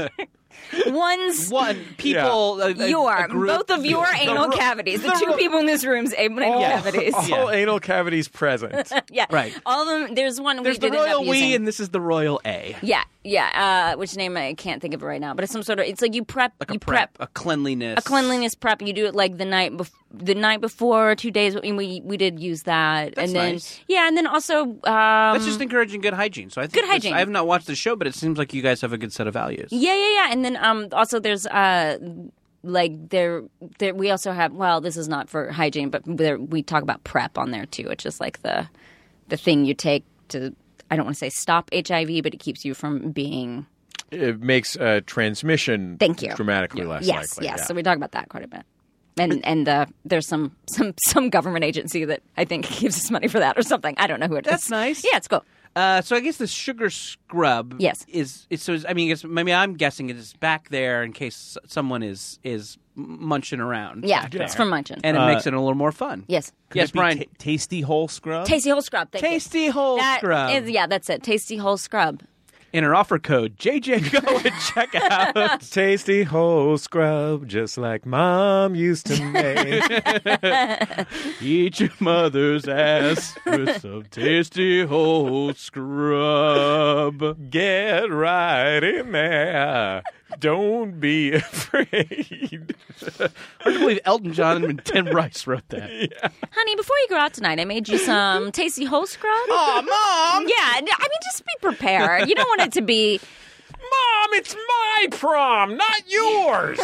One's One (laughs) people, a- a- your a group- both of your anal cavities. The, two people in this room's anal cavities. All Oh. (laughs) Yeah. anal cavities present. (laughs) Yeah, Right. All of them. There's one There's we the did end up royal we, using. and this is the royal a. yeah, yeah. Uh, which name I can't think of it right now, but it's some sort of. It's like you prep. Like a you prep, a cleanliness, a cleanliness prep. You do it like the night bef- the night before, two days. I mean, we we did use that, That's and then nice. yeah, and then also um, That's just encouraging good hygiene. So I think Good this- hygiene. I have not watched the show, but it seems like you guys have a good set of values. yeah, yeah, yeah, and then um also there's uh like there there we also have well this is not for hygiene, but there, we talk about prep on there too. It's just like the the thing you take to I don't want to say stop HIV, but it keeps you from being it makes uh, transmission Thank you. dramatically less yes, likely. yes. yeah. So we talk about that quite a bit. And and uh, there's some some some government agency that I think (laughs) gives us money for that or something. I don't know who it is. That's nice. Yeah, it's cool. Uh, so I guess the sugar scrub. Yes. Is, is so? Is, I mean, it's, maybe I'm guessing it is back there in case someone is is munching around. Yeah, it's from Munchin. And it makes it a little more fun. yes, Could Uh, yes, it be Brian. ta- tasty whole scrub. tasty whole scrub. Thank Tasty whole you. That scrub. is- yeah, that's it. Tasty whole scrub. Enter offer code (laughs) JJGO at checkout. Tasty whole scrub, just like mom used to (laughs) make. Eat your mother's (laughs) ass with some tasty whole scrub. Get right in there. Don't be (laughs) afraid. I can't believe Elton John and Tim Rice wrote that. (laughs) Honey, before you go out tonight, (laughs) I made you some tasty whole scrub. Oh, mom! Yeah, no, I mean, just be prepared. You don't want it to be. Mom, it's my prom, not yours.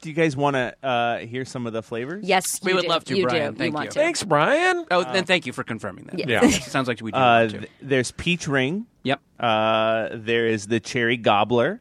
Do you guys want to uh, hear some of the flavors? Yes, We you would do. love to, You Brian. do. Thank you want you. (laughs) to. Thanks, Brian. Oh, and thank you for confirming that. Yeah. Yeah. (laughs) It sounds like we do. Uh, want to. th- there's peach ring. yep. Uh, there is the cherry gobbler.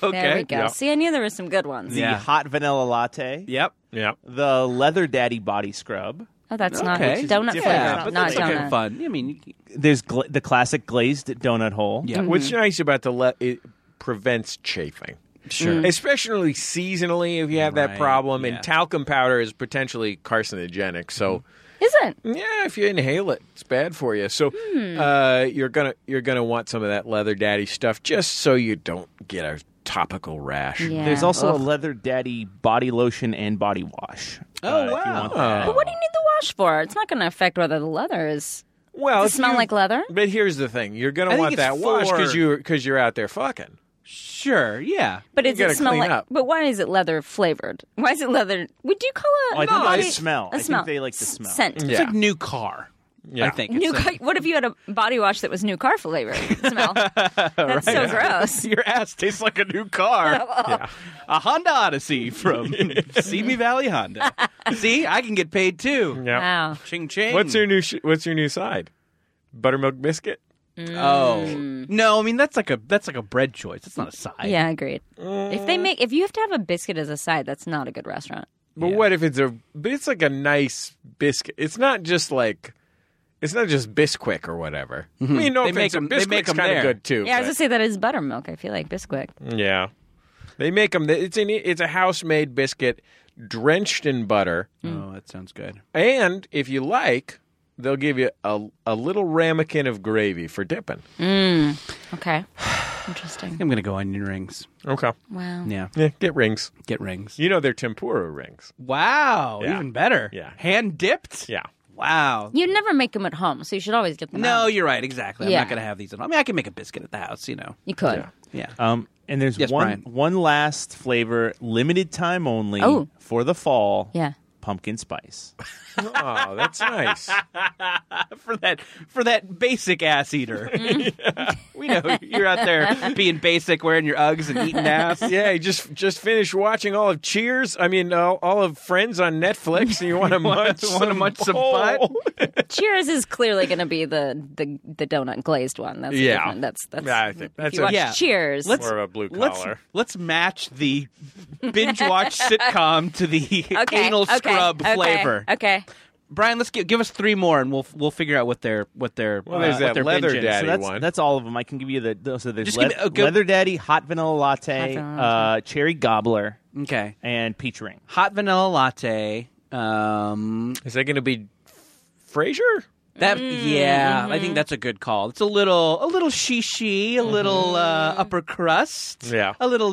There we go. See, I knew there were some good ones. The Yeah. hot vanilla latte. Yep. Yeah. The leather daddy body scrub. Oh, that's Okay. not donut Different. flavor. Yeah, but not that's okay. donut. fun. I mean, you- There's gla- the classic glazed donut hole. yeah. What's nice about the le- it prevents chafing. Sure. Mm. Especially seasonally, if you have that Right, problem, yeah. and talcum powder is potentially carcinogenic. So, Isn't? yeah, if you inhale it, it's bad for you. So, Hmm. uh, you're gonna you're gonna want some of that leather daddy stuff just so you don't get a topical rash. Yeah. There's also Ugh. a leather daddy body lotion and body wash. uh, Oh, uh, if you wow. want that. But what do you need the wash for? It's not going to affect whether the leather is. Well, Does it if smell you- like leather? But here's the thing: you're I gonna think want it's that wash because for- you because you're out there fucking. Sure. Yeah. But You does gotta it smell clean like? up. But why is it leather flavored? (laughs) Why is it leather? Would you call it? Oh, I think body- they smell. A I think smell. they like the S- smell. Scent. It's Yeah. like new car. Yeah. I think. New. It's Car, like- what if you had a body wash that was new car flavored smell? That's so gross. Your ass tastes like a new car. A Honda (laughs) Odyssey from Simi Valley Honda. See, I can get paid too. Yeah. Wow. Ching ching. What's your new sh- What's your new side? buttermilk biscuit? Oh no, I mean that's like a that's like a bread choice. It's not a side. Yeah, agreed. If they make, if you have to have a biscuit as a side, that's not a good restaurant. But what if it's a? But it's like a nice biscuit. It's not just like, it's not just Bisquick or whatever. I mean, no Mm-hmm. They make offense, them- they make Bisquick's them kind there. of good too. Yeah, I was but- gonna say that is buttermilk. I feel like Bisquick. Yeah, they make them. It's an, e, it's a house made biscuit drenched in butter, Oh, that sounds good. and if you like, they'll give you a a little ramekin of gravy for dipping. I Okay, interesting. think I'm gonna go onion rings. Okay, Wow. Yeah, yeah, get rings. get rings. You know they're tempura rings. Wow, Yeah. even better. Yeah. hand dipped. Yeah, Wow. You never make them at home, so you should always get them. No, out. you're right. Exactly. I'm Yeah. not gonna have these at home. I mean, I can make a biscuit at the house. You know. you could. Yeah. Um, and there's Yes, one Brian. one last flavor, limited time only Oh. for the fall. Yeah. Pumpkin spice. oh, that's nice. (laughs) for that for that basic ass (laughs) eater. (laughs) we know you're out there being basic, wearing your Uggs and eating ass. (laughs) Yeah, you just just finished watching all of Cheers. I mean, all, all of Friends on Netflix, and (laughs) you want to munch, wanna some munch some bowl. butt? Cheers is clearly going to be the, the the donut glazed one. That's a Yeah. different- That's that's. Yeah, I think if that's you a- watch Yeah. Cheers. Let's- More of a blue Let's collar. let's match the binge watch sitcom (laughs) to the (laughs) okay, anal okay, scrub okay, flavor. Okay. Brian, let's give, give us three more, and we'll we'll figure out what their what their Well, there's uh, that what their leather binge is. daddy So that's one. that's all of them. I can give you the those- so there's Just le- give me- oh, go- leather daddy, hot vanilla latte, vanilla uh, cherry gobbler, Okay, and peach ring. hot vanilla latte. Um, Is that going to be Frasier? that Mm, yeah, I mm-hmm. think that's a good call. It's a little a little shishi, a little Mm-hmm. uh, upper crust, Yeah. a little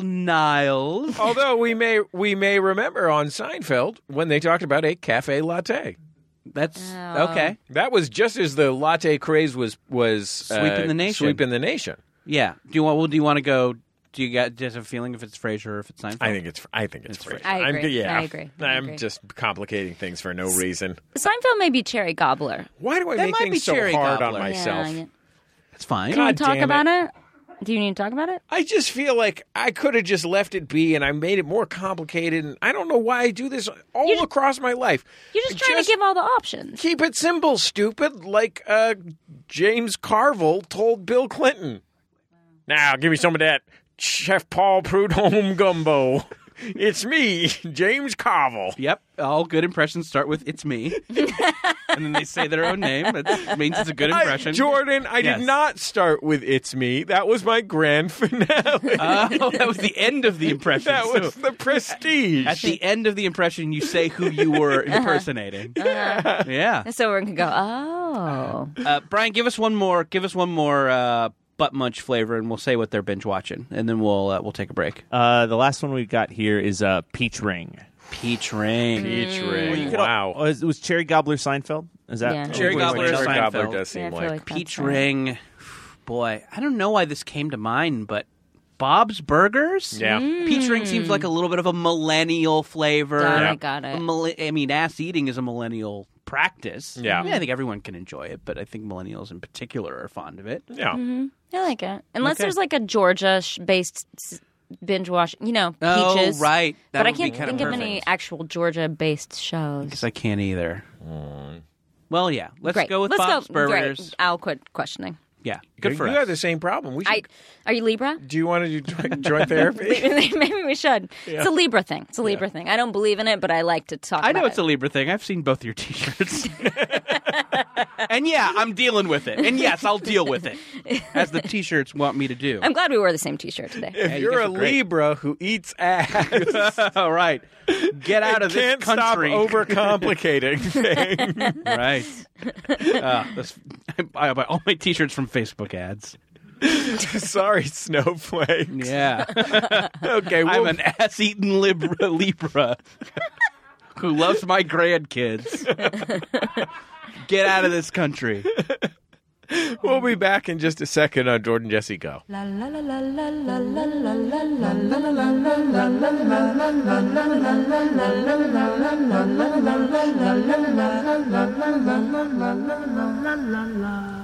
(laughs) Niles. Although we may we may remember on Seinfeld when they talked about a cafe latte. That's Oh. okay. That was just as the latte craze was was uh, Sweeping the nation. Sweeping the nation. Yeah. Do you want? Well, do you want to go? Do you got just a feeling if it's Frasier or if it's Seinfeld? I think it's I think it's, Frasier. I I'm- agree. yeah, I agree. I am agree. just complicating things for no reason. Seinfeld may be cherry gobbler. Why do I That make might be things so cherry hard gobbler. on Yeah, myself? Yeah, yeah. it's fine. Do you God want to talk damn about it? Do you need to talk about it? I just feel like I could have just left it be and I made it more complicated and I don't know why I do this all You're- across my life. You're just trying to give all the options. keep it simple, stupid, like uh, James Carville told Bill Clinton. Now give me some of that Chef Paul Prudhomme gumbo. (laughs) It's me, James Carville. Yep. All good impressions start with "It's me," and then they say their own name. That means it's a good I- impression. Jordan, I Yes. did not start with "It's me." That was my grand finale. (laughs) (laughs) Oh, that was the end of the (laughs) impression. that was So, the prestige. at the end of the impression, you say who you were impersonating. (laughs) Yeah. So we're going to go, oh. Uh, Brian, give us one more. Give us one more uh, butt munch flavor, and we'll say what they're binge watching, and then we'll uh, we'll take a break. Uh, the last one we've got here is uh, peach ring. Peach ring. Peach ring. Oh, is- was cherry gobbler Seinfeld? Is that Yeah. Cherry Wait, Gobbler wait, is Cherry Gobbler Seinfeld. does seem Yeah, I feel like. like that's Peach right. ring. Boy, I don't know why this came to mind, but Bob's Burgers. Yeah. Peach ring seems like a little bit of a millennial flavor. Oh, Yeah. I Hmm. got A it. mille- I mean, ass eating is a millennial practice. Yeah. I, mean, I think everyone can enjoy it, but I think millennials in particular are fond of it. Yeah. I like it. Unless there's like a Georgia sh- based s- binge wash, you know, peaches. Oh, right. That but I would be can't kinda think of any perfect. actual Georgia based shows. Because I can't either. Mm. Well, yeah. Let's Great. go with Let's Bob's go. Burgers. Great. I'll quit questioning. Yeah. Good for you us. have the same problem. We should, I, are you Libra? (laughs) do you want to do (laughs) joint, joint therapy? Maybe we should. It's a Libra thing. It's a Libra thing. I don't believe in it, but I like to talk I about know it's it. a Libra thing. I've seen both your (laughs) T-shirts, and yeah, I'm dealing with it. And yes, I'll deal with it as the T-shirts want me to do. I'm glad we wore the same t shirt today. If you you're guys a are great. Libra who eats (laughs) ass, (laughs) All right, get out of this can't stop (laughs) country. overcomplicating things. (laughs) right? Uh, this, I, I buy all my T-shirts from Facebook ads. Sorry, snowflakes. Yeah, (laughs) Okay, I'm we'll, an ass-eating Libra Libra who loves (laughs) my grandkids. Get out of this country. we'll be back in just a second on Jordan Jesse Go. La la la la la la la la la la.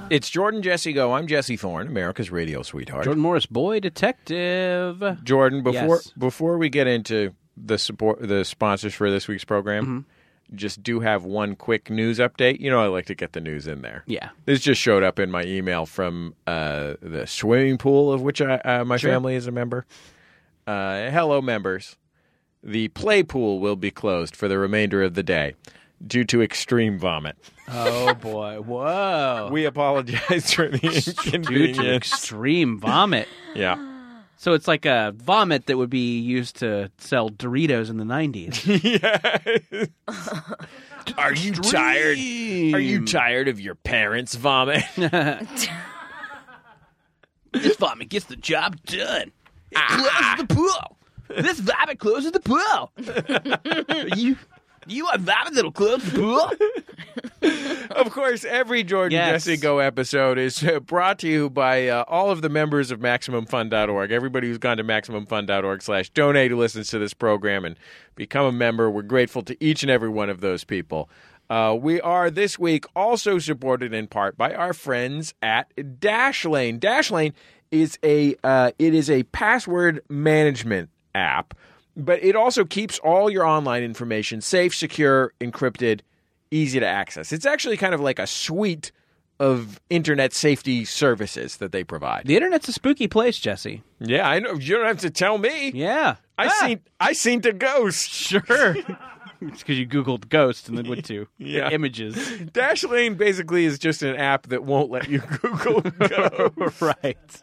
It's Jordan Jesse Go. I'm Jesse Thorne, America's radio sweetheart. Jordan Morris, boy detective. Jordan, before Yes. before we get into the support the sponsors for this week's program, just do have one quick news update. You know, I like to get the news in there. Yeah. This just showed up in my email from uh, the swimming pool of which I, uh, my family is a member. Uh, hello, members. The play pool will be closed for the remainder of the day due to extreme vomit. Oh boy! (laughs) Whoa! We apologize for the Due to inconvenience. extreme vomit. Yeah. (laughs) So it's like a vomit that would be used to sell Doritos in the nineties. Are you tired? Are you tired of your parents' vomit? (laughs) this vomit gets the job done. It closes the pool. This vomit closes the pool. (laughs) you, you are vomit that'll close the pool. Of course, every Jordan Yes. Jesse Go episode is (laughs) uh, brought to you by uh, all of the members of MaximumFun.org. Everybody who's gone to MaximumFun.org slash donate who listens to this program and become a member. We're grateful to each and every one of those people. Uh, we are this week also supported in part by our friends at Dashlane. Dashlane is a uh, it is a password management app, but it also keeps all your online information safe, secure, encrypted easy to access. It's actually kind of like a suite of internet safety services that they provide. The internet's a spooky place, Jesse. Yeah, I know. You don't have to tell me. Yeah, I Ah. seen I seen the ghost. Sure. (laughs) it's because you Googled ghost and then went to (laughs) Yeah. images. Dashlane basically is just an app that won't let you (laughs) Google go. right.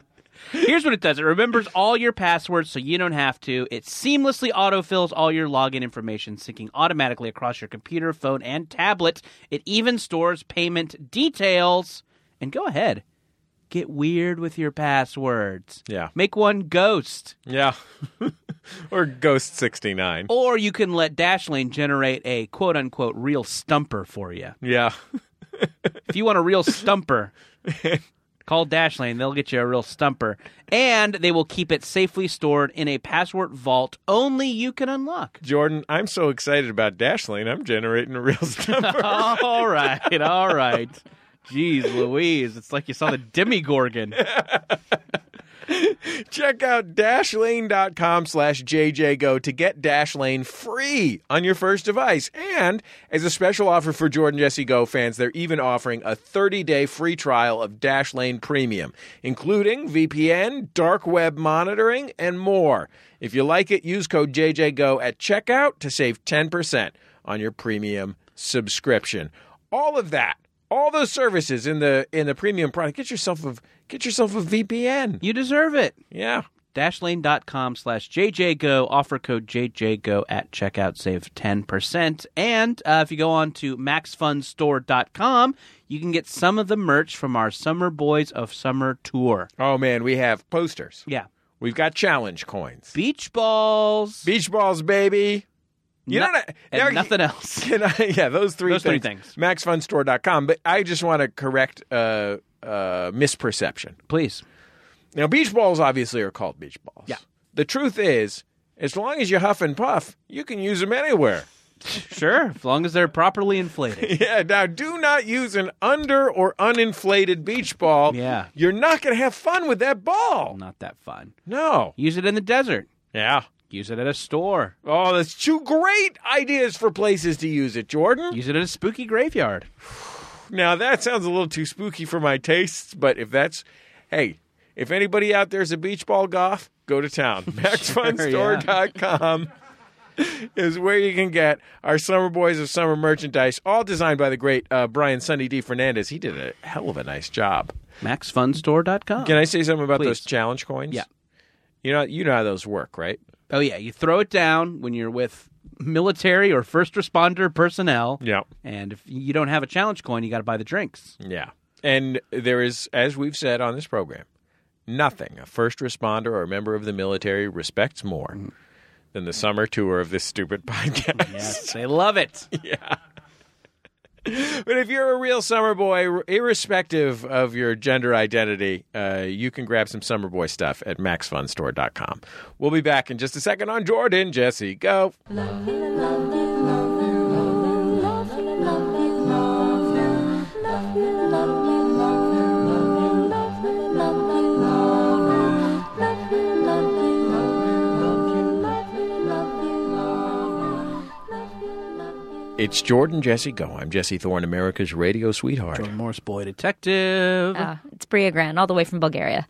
Here's what it does. It remembers all your passwords so you don't have to. It seamlessly autofills all your login information, syncing automatically across your computer, phone, and tablet. It even stores payment details. And go ahead. Get weird with your passwords. Yeah. Make one ghost. (laughs) yeah. (laughs) or Ghost 69. Or you can let Dashlane generate a quote unquote real stumper for you. Yeah. If you want a real (laughs) stumper, call Dashlane. They'll get you a real stumper. And they will keep it safely stored in a password vault only you can unlock. Jordan, I'm so excited about Dashlane. I'm generating a (laughs) real stumper. all right, all right. Jeez Louise, it's like you saw the Demigorgon. Check out dashlane.com slash jjgo to get Dashlane free on your first device. And as a special offer for Jordan Jesse Go fans, they're even offering a 30-day free trial of Dashlane Premium, including VPN, dark web monitoring, and more. If you like it, use code jjgo at checkout to save 10% on your premium subscription. All of that, all those services in the in the premium product, get yourself a get yourself a VPN. You deserve it. Yeah. Dashlane.com slash JJGo, offer code JJGo at checkout, save 10%. And uh, if you go on to MaxFunStore.com, you can get some of the merch from our Summer Boys of Summer tour. Oh man, we have posters. Yeah. We've got challenge coins. Beach balls. Beach balls, baby. You No- know what I- and now- nothing else. (laughs) Can I, yeah, those three Those three things. things. MaxFunStore.com. But I just want to correct uh, uh, misperception. (laughs) Please. Now, beach balls obviously are called beach balls. Yeah. The truth is, as long as you huff and puff, you can use them anywhere. (laughs) Sure. As long as they're properly (laughs) inflated. Yeah, now do not use an under or uninflated beach ball. Yeah. You're not going to have fun with that ball. Not that fun. No. Use it in the desert. Yeah. Use it at a store. Oh, that's two great ideas for places to use it, Jordan. Use it at a spooky graveyard. Now that sounds a little too spooky for my tastes, but if that's hey, if anybody out there's a beach ball goth, go to (laughs) town. MaxFunStore.com is where you can get our Summer Boys of Summer merchandise, all designed by the great uh, Brian Sunny D. Fernandez. He did a hell of a nice job. MaxFunStore.com. Can I say something about Please. those challenge coins? Yeah. You know you know how those work, right? Oh yeah, you throw it down when you're with military or first responder personnel. Yeah. And if you don't have a challenge coin, you got to buy the drinks. Yeah. And there is, as we've said on this program, nothing a first responder or a member of the military respects more Mm-hmm. than the summer tour of this stupid (laughs) podcast. Yes, they love (laughs) it. But if you're a real summer boy, r- irrespective of your gender identity, uh, you can grab some summer boy stuff at maxfunstore.com. We'll be back in just a second on Jordan, Jesse, go. Love you, love you, love you. It's Jordan Jesse Go. I'm Jesse Thorne, America's radio sweetheart. Jordan Morris, boy detective. Uh, it's Bria Grant, all the way from Bulgaria.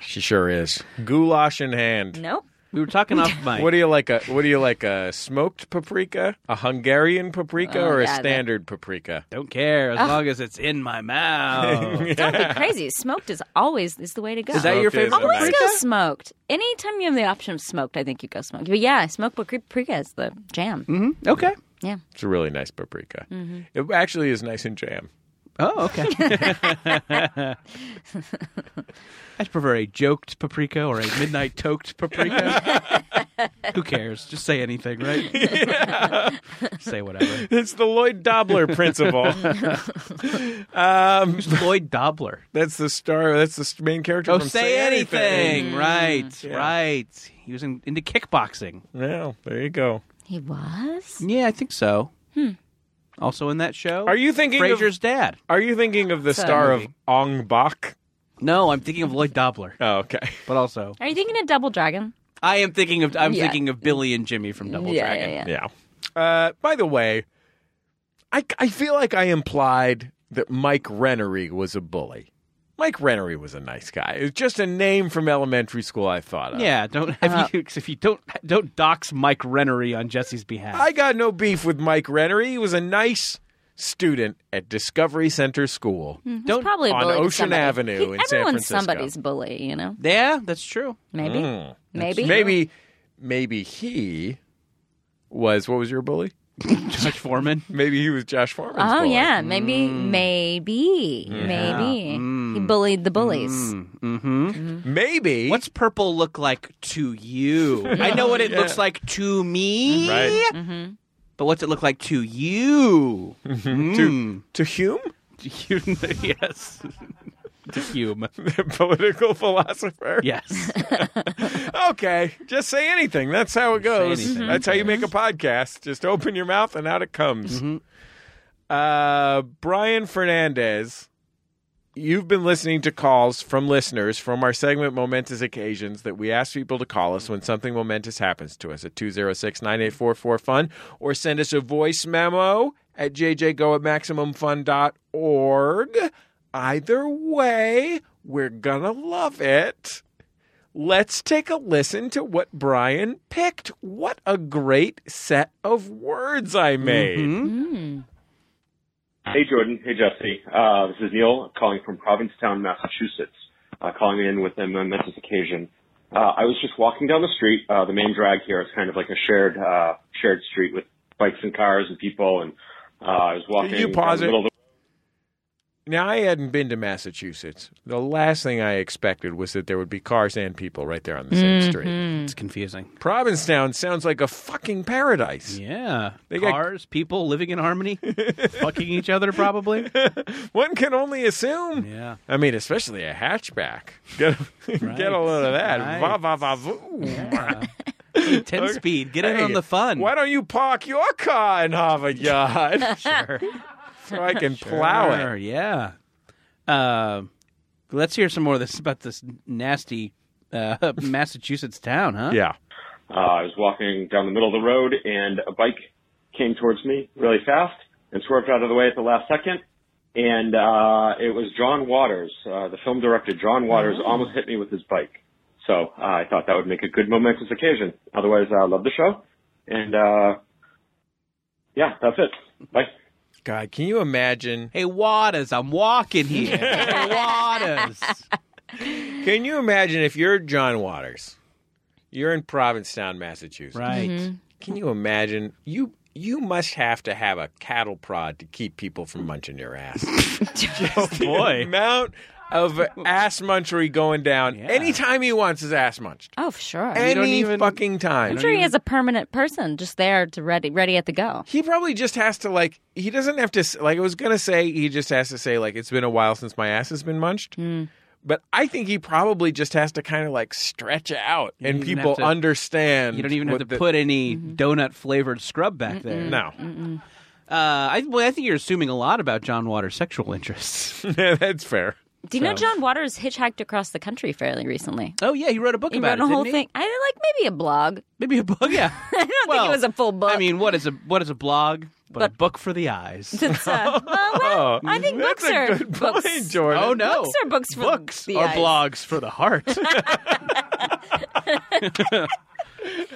She sure is. Goulash in hand. Nope. we were talking off (laughs) mic. What do you like? A what do you like? A smoked paprika, a Hungarian paprika, Oh, or a yeah, that- standard paprika? Don't care as long as it's in my mouth. (laughs) Don't be crazy. Smoked is always is the way to go. Is that your Smoked is favorite? the Always best. go smoked. Anytime you have the option of smoked, I think you go smoked. But yeah, smoked paprika is the jam. Okay. Yeah. It's a really nice paprika. It actually is nice in jam. Oh, (laughs) okay. I just prefer a joked paprika or a midnight toked paprika. (laughs) Who cares? Just say anything, right? say whatever. It's the Lloyd Dobler principle. um, Who's Lloyd Dobler? that's the star. That's the main character. Oh, from say, say anything. Mm. Right, right. He was in, into kickboxing. Yeah, there you go. He was? Yeah, I think so. Hmm. Also in that show, Are you thinking of- Frasier's dad? Are you thinking of the a star of Ong Bak? No, I'm thinking of Lloyd Dobler. Oh, okay. But also, Are you thinking of Double Dragon? I am thinking of I'm Yeah. thinking of Billy and Jimmy from Double yeah, Dragon. yeah, yeah. Yeah. Uh, by the way, I, I feel like I implied that Mike Rennery was a bully. Mike Rennery was a nice guy. It was just a name from elementary school I thought of. Yeah, don't have you Uh, if you don't don't dox Mike Rennery on Jesse's behalf. I got no beef with Mike Rennery. He was a nice student at Discovery Center School. Mm-hmm. He's probably a on bully to Ocean somebody. Avenue He- in San everyone's Francisco. somebody's bully, you know? yeah, that's true. Maybe. Maybe. Maybe maybe he was what was your bully? Judge Foreman. Maybe he was Josh Foreman's Oh bully. yeah, maybe, maybe, maybe he bullied the bullies. Maybe (laughs) What's purple look like to you? I know what it looks like to me. Right. Mm-hmm. But what's it look like to you? Hmm. to to Hume? Mm-hmm. (laughs) you (laughs) yes. to Hume. The political philosopher. (laughs) Yes. Okay, just say anything. That's how it goes. anything. That's how you make a podcast. Just open your mouth and out it comes. Uh, Brian Fernandez, you've been listening to calls from listeners from our segment Momentous Occasions that we ask people to call us when something momentous happens to us at 206 9844 FUN or send us a voice memo at jjgo at maximumfun.org. Either way, we're gonna love it. Let's take a listen to what Brian picked. What a great set of words I made. Mm-hmm. Hey, Jordan. Hey, Jesse. Uh, this is Neil calling from Provincetown, Massachusetts, uh, calling in with a momentous occasion. Uh, I was just walking down the street. Uh, the main drag here is kind of like a shared uh, shared street with bikes and cars and people. And uh, I was walking you pause down the middle it? of the Now, I hadn't been to Massachusetts. The last thing I expected was that there would be cars and people right there on the Mm-hmm. same street. it's confusing. Provincetown sounds like a fucking paradise. Yeah. They got- Cars, people living in (laughs) harmony, fucking each other probably. (laughs) One can only assume. Yeah. I mean, especially a hatchback. (laughs) Get a, get a load of that. Right. Va, va, va, voo. Ten speed. Get in Hey, on the fun. Why don't you park your car in Harvard (laughs) Yard? sure. (laughs) So I can plow it. Sure, Yeah. Uh, let's hear some more of this about this nasty uh, (laughs) Massachusetts town, huh? Yeah. Uh, I was walking down the middle of the road and a bike came towards me really fast and swerved out of the way at the last second. And uh, it was John Waters, uh, the film director John Waters, almost hit me with his bike. So uh, I thought that would make a good momentous occasion. Otherwise, I love the show. And uh, yeah, that's it. Bye. God, can you imagine? Hey, Waters, I'm walking (laughs) here. hey, Waters. Can you imagine if you're John Waters? You're in Provincetown, Massachusetts. Right. Can you imagine? You you must have to have a cattle prod to keep people from munching your ass. Oh, The (laughs) boy. amount of ass munchery going down Yeah. anytime he wants his ass munched. Oh, sure. don't Any even- fucking time. I'm sure he is a permanent person just there to ready, ready at the go. he probably just has to like he doesn't have to s- like I was gonna say he just has to say like it's been a while since my ass has been munched. Hmm. But I think he probably just has to kind of like stretch out and even people have to- understand. You don't even have what to the- put any donut flavored scrub back (laughs) there. no. (laughs) Uh, I, well, I think you're assuming a lot about John Waters' sexual interests. (laughs) Yeah, That's fair. Do you know So- John Waters hitchhiked across the country fairly recently? Oh yeah, he wrote a book He about wrote a it. whole didn't he? thing. I like maybe a blog. (laughs) Maybe a (laughs) book. Yeah. I don't think it was a full book. I mean, what is a what is a blog? But, a But- book for the eyes. (laughs) It's, uh, well, well, I think That's books a are good books. point, Jordan. oh no, Books are books for books the are eyes. blogs for the (laughs) heart. a book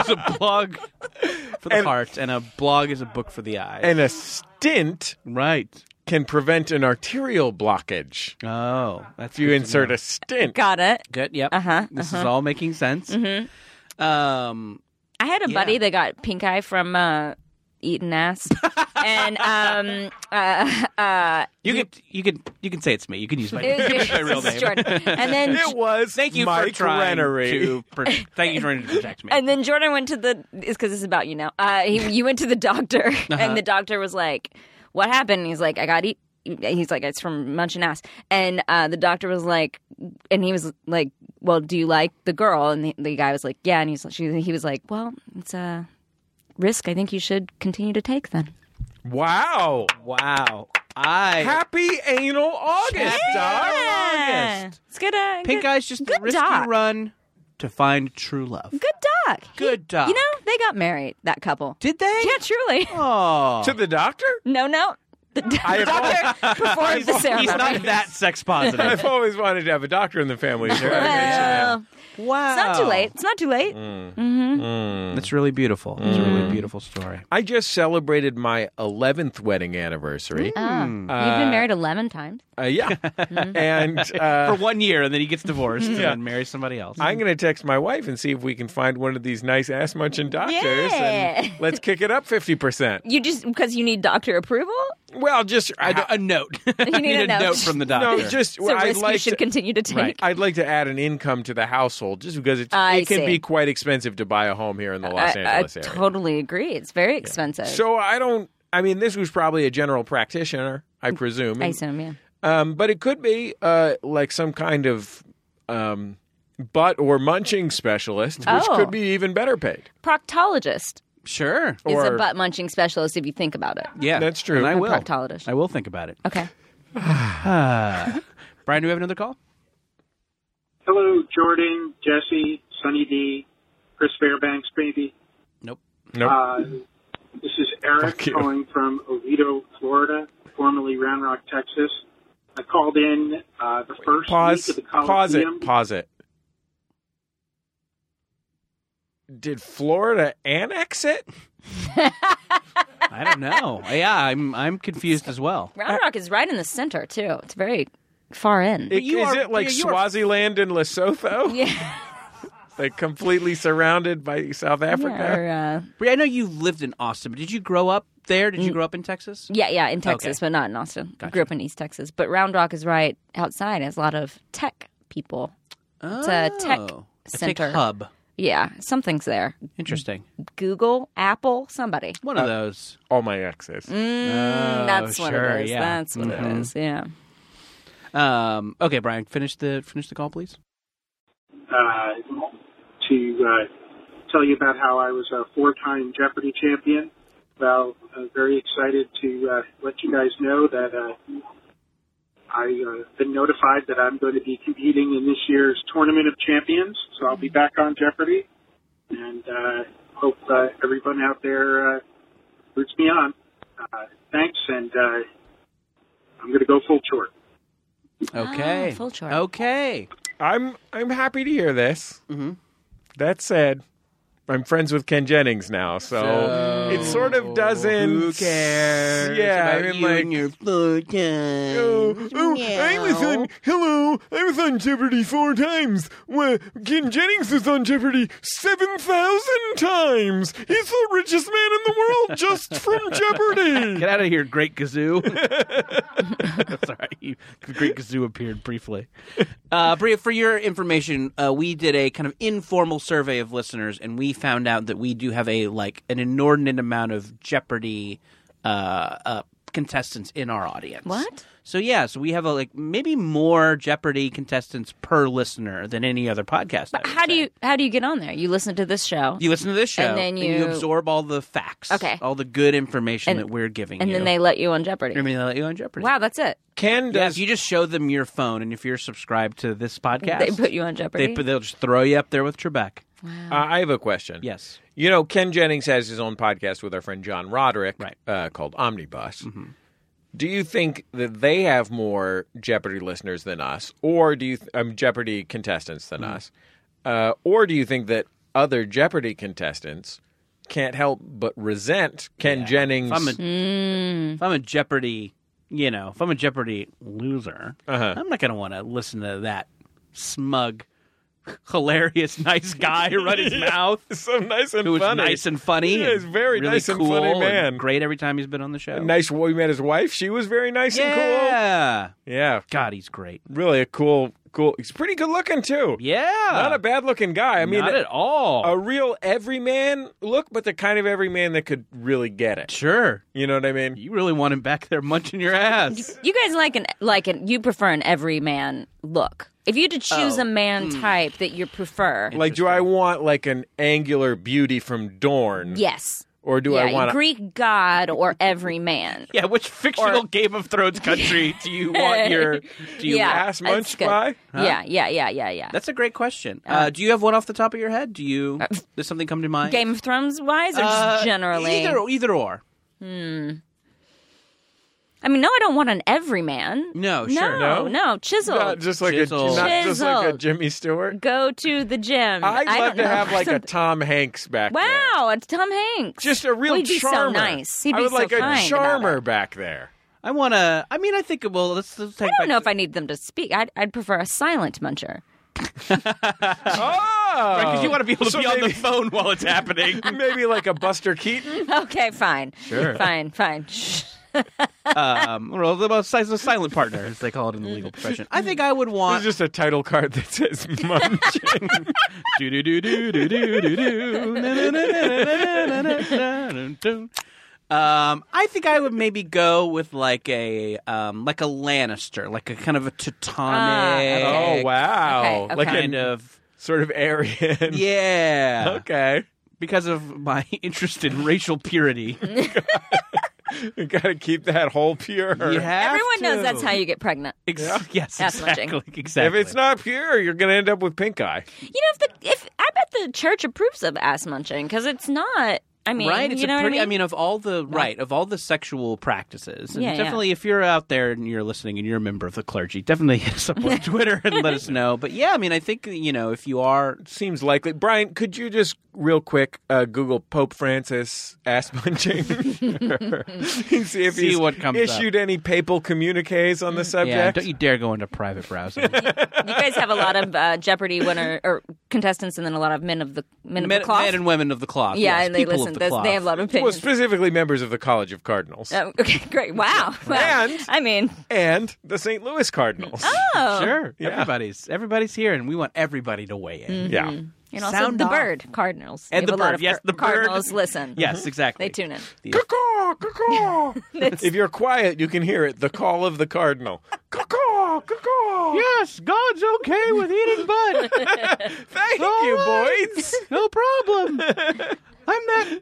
is a blog for the heart, and a blog is a book for the eyes. And a stint right. can prevent an arterial blockage. Oh, that's If you insert a stint, Got it. good. Yep. Uh-huh, Mm-hmm. This is all making sense. Um. I had a Yeah. buddy that got pink eye from uh, eating ass, and um, uh, uh, You could you could you can say it's me. You can use my, (laughs) it, use my real this name. is Jordan. (laughs) And then it was Thank you Mike for trying Rennery. to pro- thank you for trying to protect me. And then Jordan went to the is because it's about you now. Uh, he, you went to the doctor, (laughs) Uh-huh. and the doctor was like, "What happened?" And he's like, "I got eat." He's like, "It's from munching ass." And uh, the doctor was like, and he was like, "Well, do you like the girl?" And the, the guy was like, "Yeah." And he's she, he was like, "Well, it's a risk. I think you should continue to take then." Wow. wow, I Happy anal August, Doc. Yeah. It's good. Uh, Pink good, Eye's just a good risky doc. run to find true love. Good doc. Good doc. You know, they got married. That couple. Did they? yeah, truly. Oh, To the doctor? No, no. The have- doctor performed (laughs) the ceremony. he's not that sex I've positive. always wanted to have a doctor in the family. Is there any mention (laughs) Well, wow, It's not too late. It's not too late. That's really beautiful. It's a really beautiful story. of- I just celebrated my 11th wedding anniversary. Uh, You've been married 11 times. Uh, (laughs) yeah. Mm-hmm. and For uh, one year, and then he gets divorced and then marries somebody else. I'm going to text my wife and see if we can find one of these nice ass munching doctors Yeah. and let's kick it up 50%. You just because you need doctor approval? Well, just I d- a note. (laughs) I need a note. from the no, doctor. just It's a I'd risk you like should to, continue to (laughs) take. Right. I'd like to add an income to the household just because it, I it can see. be quite expensive to buy a home here in the Los I, I Angeles area. totally agree. It's very expensive. So I don't. I mean, this was probably a general practitioner, I presume. Mm. I assume, yeah. Um, but it could be uh, like some kind of um, butt or munching specialist, which Oh. could be even better paid. Proctologist sure. is Or- a butt munching specialist if you think about it. Yeah, That's true. And I A will. proctologist. I will think about (laughs) it. Uh, Okay. Brian, do we have another call? Hello, Jordan, Jesse, Sunny D, Chris Fairbanks, baby. Nope. No, Uh, this is Eric Fuck you. calling from Oviedo, Florida, formerly Round Rock, Texas. I called in uh, the first pause. week of the Pause Coliseum. it. Pause it. Did Florida annex it? I don't know. Yeah, I'm I'm confused as well. Round Rock is right in the center, too. It's very far in. Is you are- it like you are- Swaziland and Lesotho? (laughs) yeah. Like completely surrounded by South Africa? Yeah, or, uh, Bri, I know you lived in Austin, but did you grow up there? Did Mm. you grow up in Texas? yeah, yeah, in Texas, but not in Austin. Grew up in East Texas. But Round Rock is right outside. It has a lot of tech people. It's a tech Oh, center. Mm. a tech hub. Yeah, something's there. Interesting. Google, Apple, somebody. Mm, One of those. All my exes. Oh, That's what sure, it is. yeah. That's what it Mhm. is. Yeah. Um, okay, Brian, finish the finish the call, please. uh, to uh, tell you about how I was a four-time Jeopardy champion. Well, I'm very excited to uh, let you guys know that uh, I've uh, been notified that I'm going to be competing in this year's Tournament of Champions, so I'll be back on Jeopardy, and uh, hope uh, everyone out there uh, roots me on. Uh, thanks, and uh, I'm going to go full short. Okay. Ah, full chart. Okay. I'm I'm happy to hear this. Mm-hmm. That said, I'm friends with Ken Jennings now, so, it sort of doesn't. Who cares? Yeah, about I mean, you like, and your podcast. oh, oh, I was on. Hello, I was on Jeopardy four times. Well, Ken Jennings was on Jeopardy seven thousand times. He's the richest man in the world (laughs) just from Jeopardy. Get out of here, Great Kazoo. (laughs) Sorry, the Great Kazoo appeared briefly. Uh, Bria, for your information, uh, we did a kind of informal survey of listeners, and we found out that we do have a like an inordinate amount of Jeopardy uh, uh, contestants in our audience. What? So yeah, so we have a, like maybe more Jeopardy contestants per listener than any other podcast. I would How do say. you how do you get on there? You listen to this show, You listen to this show, And then you- absorb all the facts, Okay. all the good information And- that we're giving and you, then they let you on Jeopardy. and then they let you on "Oh, Jeopardy. Wow, that's it. Ken Yeah, does. if you just show them your phone, and if you're subscribed to this podcast, They put you on Jeopardy. They, put- they'll just throw you up there with Trebek. Uh, I have a question. Yes. You know, Ken Jennings has his own podcast with our friend John Roderick Right. Mm-hmm. uh, called Omnibus. Do you think that they have more Jeopardy listeners than us, or do you th- um, Jeopardy contestants than Mm-hmm. us, uh, or do you think that other Jeopardy contestants can't help but resent Ken Jennings? If I'm a, Mm. if I'm a Jeopardy, you know, if I'm a Jeopardy loser, Uh-huh. I'm not going to want to listen to that smug, hilarious, nice guy (laughs) run his mouth. so nice and Who was funny. nice and funny. Yeah, he's and very really nice and cool funny man. great every time he's been on the show. Nice. We met his wife. She was very nice and yeah. cool. Yeah, God, he's great. really a cool, cool. He's pretty good looking too. Yeah. not a bad looking guy. I mean, Not at all. a real everyman look, but the kind of everyman that could really get it. sure. You know what I mean? You really want him back there munching your ass. you guys like an like an you prefer an everyman look. If you had to choose Oh, a man hmm. type that you prefer, Like, do I want like an angular beauty from Dorn? yes, Or do yeah, I want? A, Greek god or everyman? yeah, which fictional Game of Thrones (laughs) country do you want your do you yeah, ass that's munched good. by? Yeah, yeah, yeah, yeah, yeah. That's a great question. Uh, do you have one off the top of your head? Do you? Does something come to mind? Game of Thrones wise, or Uh, just generally? Either, either or. I mean, no, I don't want an everyman. No, no, sure. No? no, chisel. not just like Chisel. a not just like a Chiseled. Jimmy Stewart. Go to the gym. I'd love I don't to know. have like (laughs) a Tom Hanks back there. wow, it's Tom Hanks. Just a real Well, he'd be so charmer. nice. He'd I be would so like a kind about charmer it. back there. I want to. I mean, I think. Well, let's, let's take. I don't know if I need them to speak. I'd, I'd prefer a silent muncher. (laughs) Oh, Because you want to be able to So be on the maybe- phone while it's happening. maybe like a Buster (laughs) Keaton. Okay, fine. Sure. Fine, fine. Shh. (laughs) um, well, the most the silent partner, as they call it in the legal profession. I think I would It's want. just a title card that (laughs) says "Munching." Do do do do do do do do. Na, na, na, na, na, na, na, na, na, na, na. Um, I think I would maybe go with like a um, like a Lannister, like a kind of a Teutonic. Ah, oh wow! Okay, Like okay. an kind of sort of Aryan. (laughs) yeah. Okay. Because of my (laughs) interest in racial purity, (laughs) You got to keep that hole pure. You have (laughs) (laughs) Everyone to. knows that's how you get pregnant. Ex- Yes, Ass exactly. munching. If Exactly. it's not pure, you're going to end up with pink eye. You know, if the if I bet the church approves of ass munching because it's not. I mean, right, it's you a know pretty. what I mean, of all the right of all the sexual practices, and Yeah, yeah. definitely if you're out there and you're listening and you're a member of the clergy, definitely (laughs) hit us (laughs) up on Twitter and let us know. But yeah, I mean, I think you know if you are Seems likely. Brian, could you just real quick uh, Google Pope Francis ass (laughs) (laughs) munching? see if See he's what comes up. issued any papal communiques on the yeah, subject. don't you dare go into (laughs) private browsing. I mean? You guys have a lot of uh, Jeopardy winner or contestants, and then a lot of men of the men, of men, the cloth. men and women of the cloth. yeah, yes, and they people listen. Of the That's- cloth. they have a lot of well, opinions. specifically members of the College of Cardinals Oh, okay, great. Wow. Wow. And- I mean, and the St. Louis Cardinals. Ah! oh, Sure, Yeah. everybody's everybody's here, and we want everybody to weigh in. Mm-hmm. Yeah. Hmm. and also Sound the off. bird cardinals. And We the have a lot bird. of Yes, car- the bird. cardinals listen. Yes, exactly. they tune in. Caw-caw, (laughs) caw-caw. if you're quiet, you can hear it. The call of the (laughs) Cardinal. Caw-caw, caw-caw. Yes, God's okay with eating bud. Thank you, (laughs) boys. No (laughs) problem. I'm that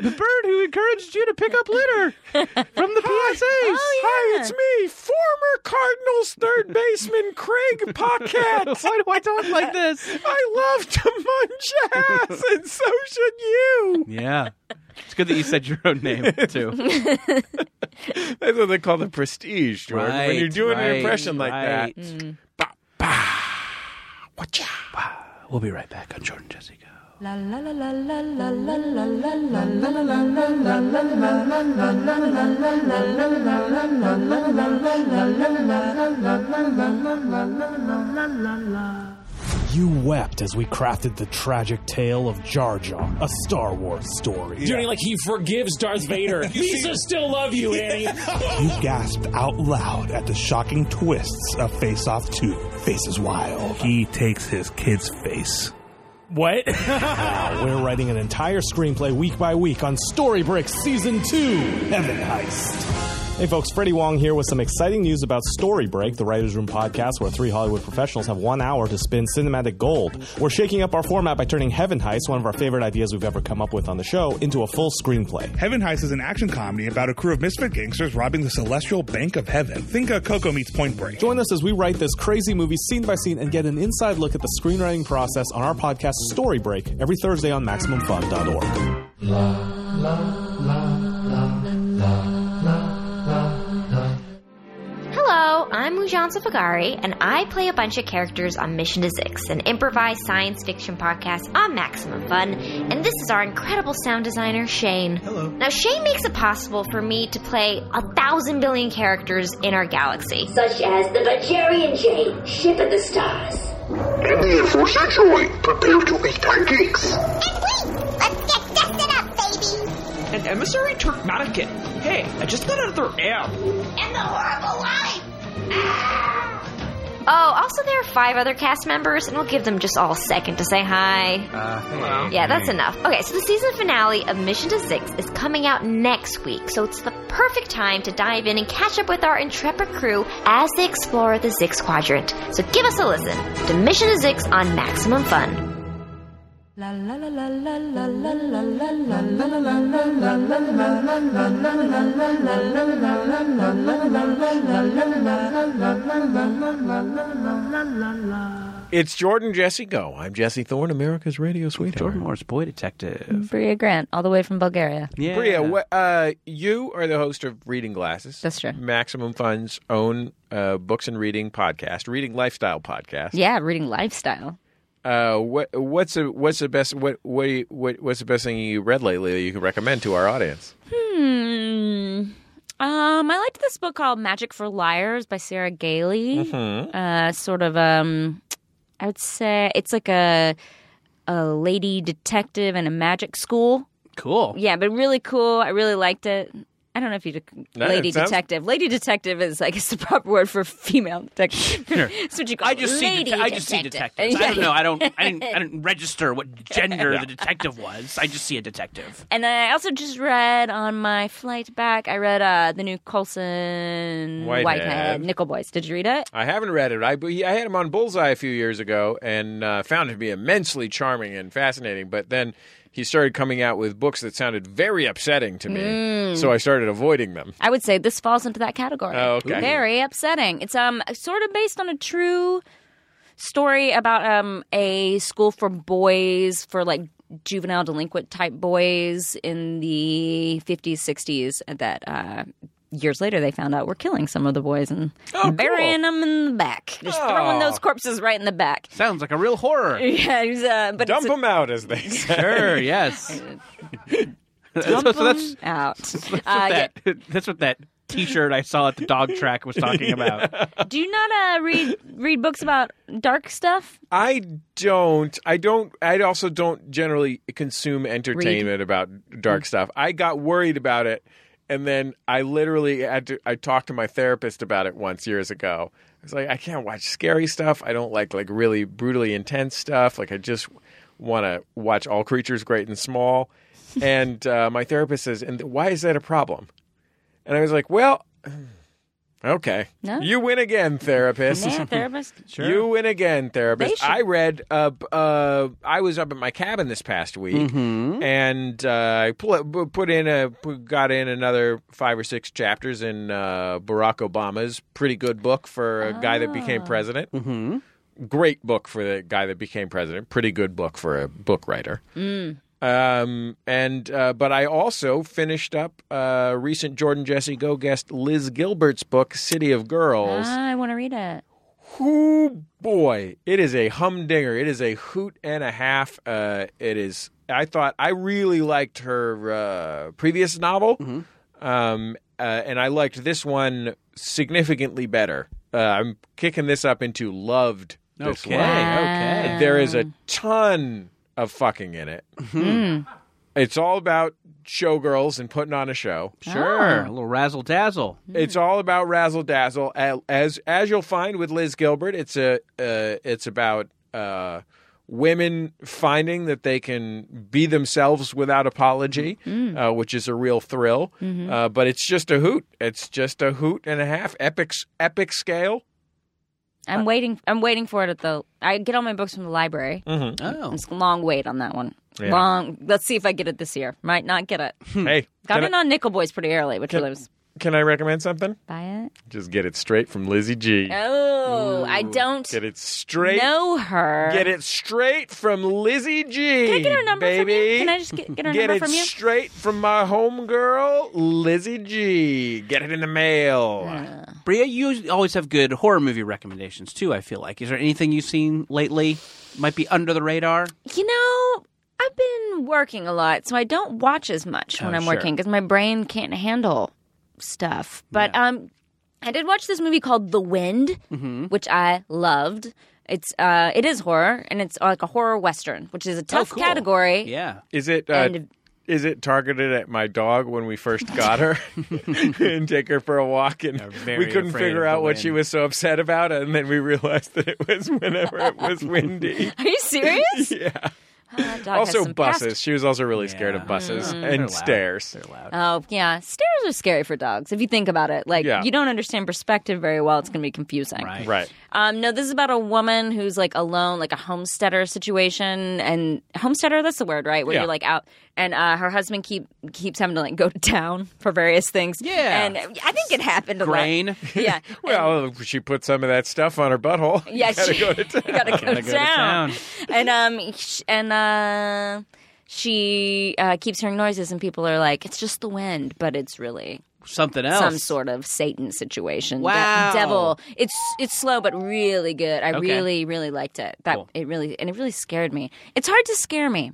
the bird who encouraged you to pick up litter from the PSAs. Hi, it's me, former Cardinals third baseman Craig (laughs) Paquette. Why do I talk like this? I love to munch (laughs) ass, and so should you. Yeah. It's good that you said your own (laughs) name too. That's what they call the prestige, Jordan. when you're Right, doing an right, impression like right. that. Mm. Ba, ba, watcha. We'll be right back on Jordan Jessica. La la la la la la la la la la. You wept as we crafted the tragic tale of Jar Jar, a Star Wars story. Doing like he forgives Darth (laughs) Vader. Lisa still love you, Annie. You gasped out loud at the shocking twists of Face Off 2, Faces Wild. He takes his kid's face. (laughs) what? We're writing an entire screenplay week by week on Storybricks Season 2, Heaven Heist. Hey folks, Freddie Wong here with some exciting news about Story Break, the Writers Room podcast where three Hollywood professionals have one hour to spin cinematic gold. We're shaking up our format by turning Heaven Heist, one of our favorite ideas we've ever come up with on the show, into a full screenplay. Heaven Heist is an action comedy about a crew of misfit gangsters robbing the celestial bank of heaven. Think of Coco meets Point Break. Join us as we write this crazy movie scene by scene and get an inside look at the screenwriting process on our podcast Story Break every Thursday on MaximumFun.org. Hello, I'm Mujan Safagari, and I play a bunch of characters on Mission to Six, an improvised science fiction podcast on Maximum Fun, and this is our incredible sound designer, Shane. Hello. Now, Shane makes it possible for me to play a thousand billion characters in our galaxy. such as the Bajarian Jade, Ship of the Stars. And the Air Force enjoy. Prepare to eat pancakes. An emissary Turkmanican. Hey, I just got another app. And the horrible life! Oh, also, there are five other cast members, and we'll give them just all a second to say hi. Yeah, that's enough. Okay, so the season finale of Mission to Six is coming out next week, so it's the perfect time to dive in and catch up with our intrepid crew as they explore the Six Quadrant. So give us a listen to Mission to Six on Maximum Fun. It's Jordan Jesse Go. I'm Jesse Thorne, America's radio sweetheart. Jordan Morris, boy detective. Bria Grant, all the way from Bulgaria. Yeah. Bria, wh- uh, you are the host of Reading Glasses. That's true. Maximum Fun's own uh, books and reading podcast, reading lifestyle podcast. Yeah, reading lifestyle. Uh, what what's the what's the best what what, do you, what what's the best thing you read lately that you can recommend to our audience? Hmm. Um, I liked this book called Magic for Liars by Sarah Gailey. Mm-hmm. Mhm. Uh, sort of, um, I would say it's like a a lady detective in a magic school. Cool. Yeah, but really cool. I really liked it. I don't know if you No, lady it sounds- detective. Lady detective is I guess the proper word for female detective. (laughs) That's what you call I just it. see. lady det- I just see detectives. I don't know. I don't. I didn't. I didn't register what gender (laughs) the detective was. I just see a detective. And I also just read on my flight back. I read uh, the new Colson Whitehead. Whitehead. Nickel Boys. Did you read it? I haven't read it. I I had him on Bullseye a few years ago and uh, found him to be immensely charming and fascinating. But then he started coming out with books that sounded very upsetting to me, Mm. so I started avoiding them. I would say this falls into that category. Oh, okay. Very upsetting. It's um sort of based on a true story about um a school for boys for like juvenile delinquent type boys in the 50s 60s that uh years later they found out were killing some of the boys and burying them in the back just throwing Oh. those corpses right in the back (laughs) Sounds like a real horror. yeah it was, uh, but Dump it's a- them out, as (laughs) they say. (laughs) Sure. (laughs) Yes. Dump (laughs) So- so that's- (laughs) 'em out. That's Uh, what that. (laughs) That's what that T-shirt I saw at the dog track was talking about. Do you not uh, read read books about dark stuff? I don't. I don't. I also don't generally consume entertainment about dark stuff. I got worried about it, and then I literally had to. I talked to my therapist about it once years ago. I was like, I can't watch scary stuff. I don't like like really brutally intense stuff. Like I just want to watch all creatures great and small. And uh, my therapist says, and why is that a problem? And I was like, well. (clears throat) Okay. No. You win again, therapist. Yeah, therapist. You win again, therapist. They should- I read. Uh, b- uh, I was up at my cabin this past week, Mm-hmm. and uh, I pull, bu- put in a pu- got in another five or six chapters in uh, Barack Obama's pretty good book for a guy that became Ah. president. Mm-hmm. Great book for the guy that became president. Pretty good book for a book writer. Mm. Um, and uh, but I also finished up uh, recent Jordan Jesse Go guest Liz Gilbert's book City of Girls. Ah, I want to read it. Whoo boy, it is a humdinger. It is a hoot and a half. Uh, it is. I thought I really liked her uh, previous novel, um, uh, and I liked this one significantly better. Uh, I'm kicking this up into loved. This Okay, one. okay. There is a ton of fucking in it. It's all about showgirls and putting on a show. Sure. A little razzle dazzle. It's all about razzle dazzle. As as you'll find with Liz Gilbert, it's a uh, it's about uh, women finding that they can be themselves without apology, Mm. Mm-hmm. uh, which is a real thrill. Mhm. Uh, but it's just a hoot. It's just a hoot and a half. Epic, epic scale. Uh, I'm waiting. I'm waiting for it at the. I get all my books from the library. Mhm. Oh, it's a long wait on that one. Yeah. Long. Let's see if I get it this year. Might not get it. Hey, Got can in I, on Nickel Boys pretty early, which can, was can I recommend something? buy it. Just get it straight from Lizzie G. Oh, I don't Get it straight. know her. Get it straight from Lizzie G. Can I get her number from you? baby. Can I just get- get her number it from you? straight from my homegirl, Lizzie G. Get it in the mail. Uh, Bria, you us- always have good horror movie recommendations too. I feel like is there anything you've seen lately might be under the radar? You know, I've been working a lot, so I don't watch as much when Oh, I'm sure. working because my brain can't handle stuff. But um, I did watch this movie called The Wind, Mm-hmm. Mhm. which I loved. It's uh, it is horror, and it's uh, like a horror western, which is a tough Oh, cool. category. Oh, Yeah. Is it? Uh, And- is it targeted at my dog when we first got (laughs) her (laughs) and take her for a walk and we very couldn't afraid figure of the out what she wind. was so upset about and then we realized that it was whenever it (laughs) was windy (laughs) Are (laughs) you serious? yeah. that dog has also some buses past- she was also really scared of buses Mm. They're and loud. stairs they're loud Oh yeah, stairs are scary for dogs. If you think about it, like Yeah. you don't understand perspective very well, it's going to be confusing. right right Um, no, this is about a woman who's like alone, like a homesteader situation, and homesteader. That's the word, right? Where Yeah. you're like out, and uh, her husband keep keeps having to like go to town for various things. Yeah. and I think it happened a Grain. lot. (laughs) Yeah, well she put some of that stuff on her butthole Yeah, gotta she- go (laughs) to town. gotta go Gotta go to town. and um, sh- and uh, she uh, keeps hearing noises, and people are like, "It's just the wind," but it's really Something else. some sort of Satan situation. Wow. That devil. It's it's slow but really good. I Okay. really really liked it. That it really and it really scared me. It's hard to scare me.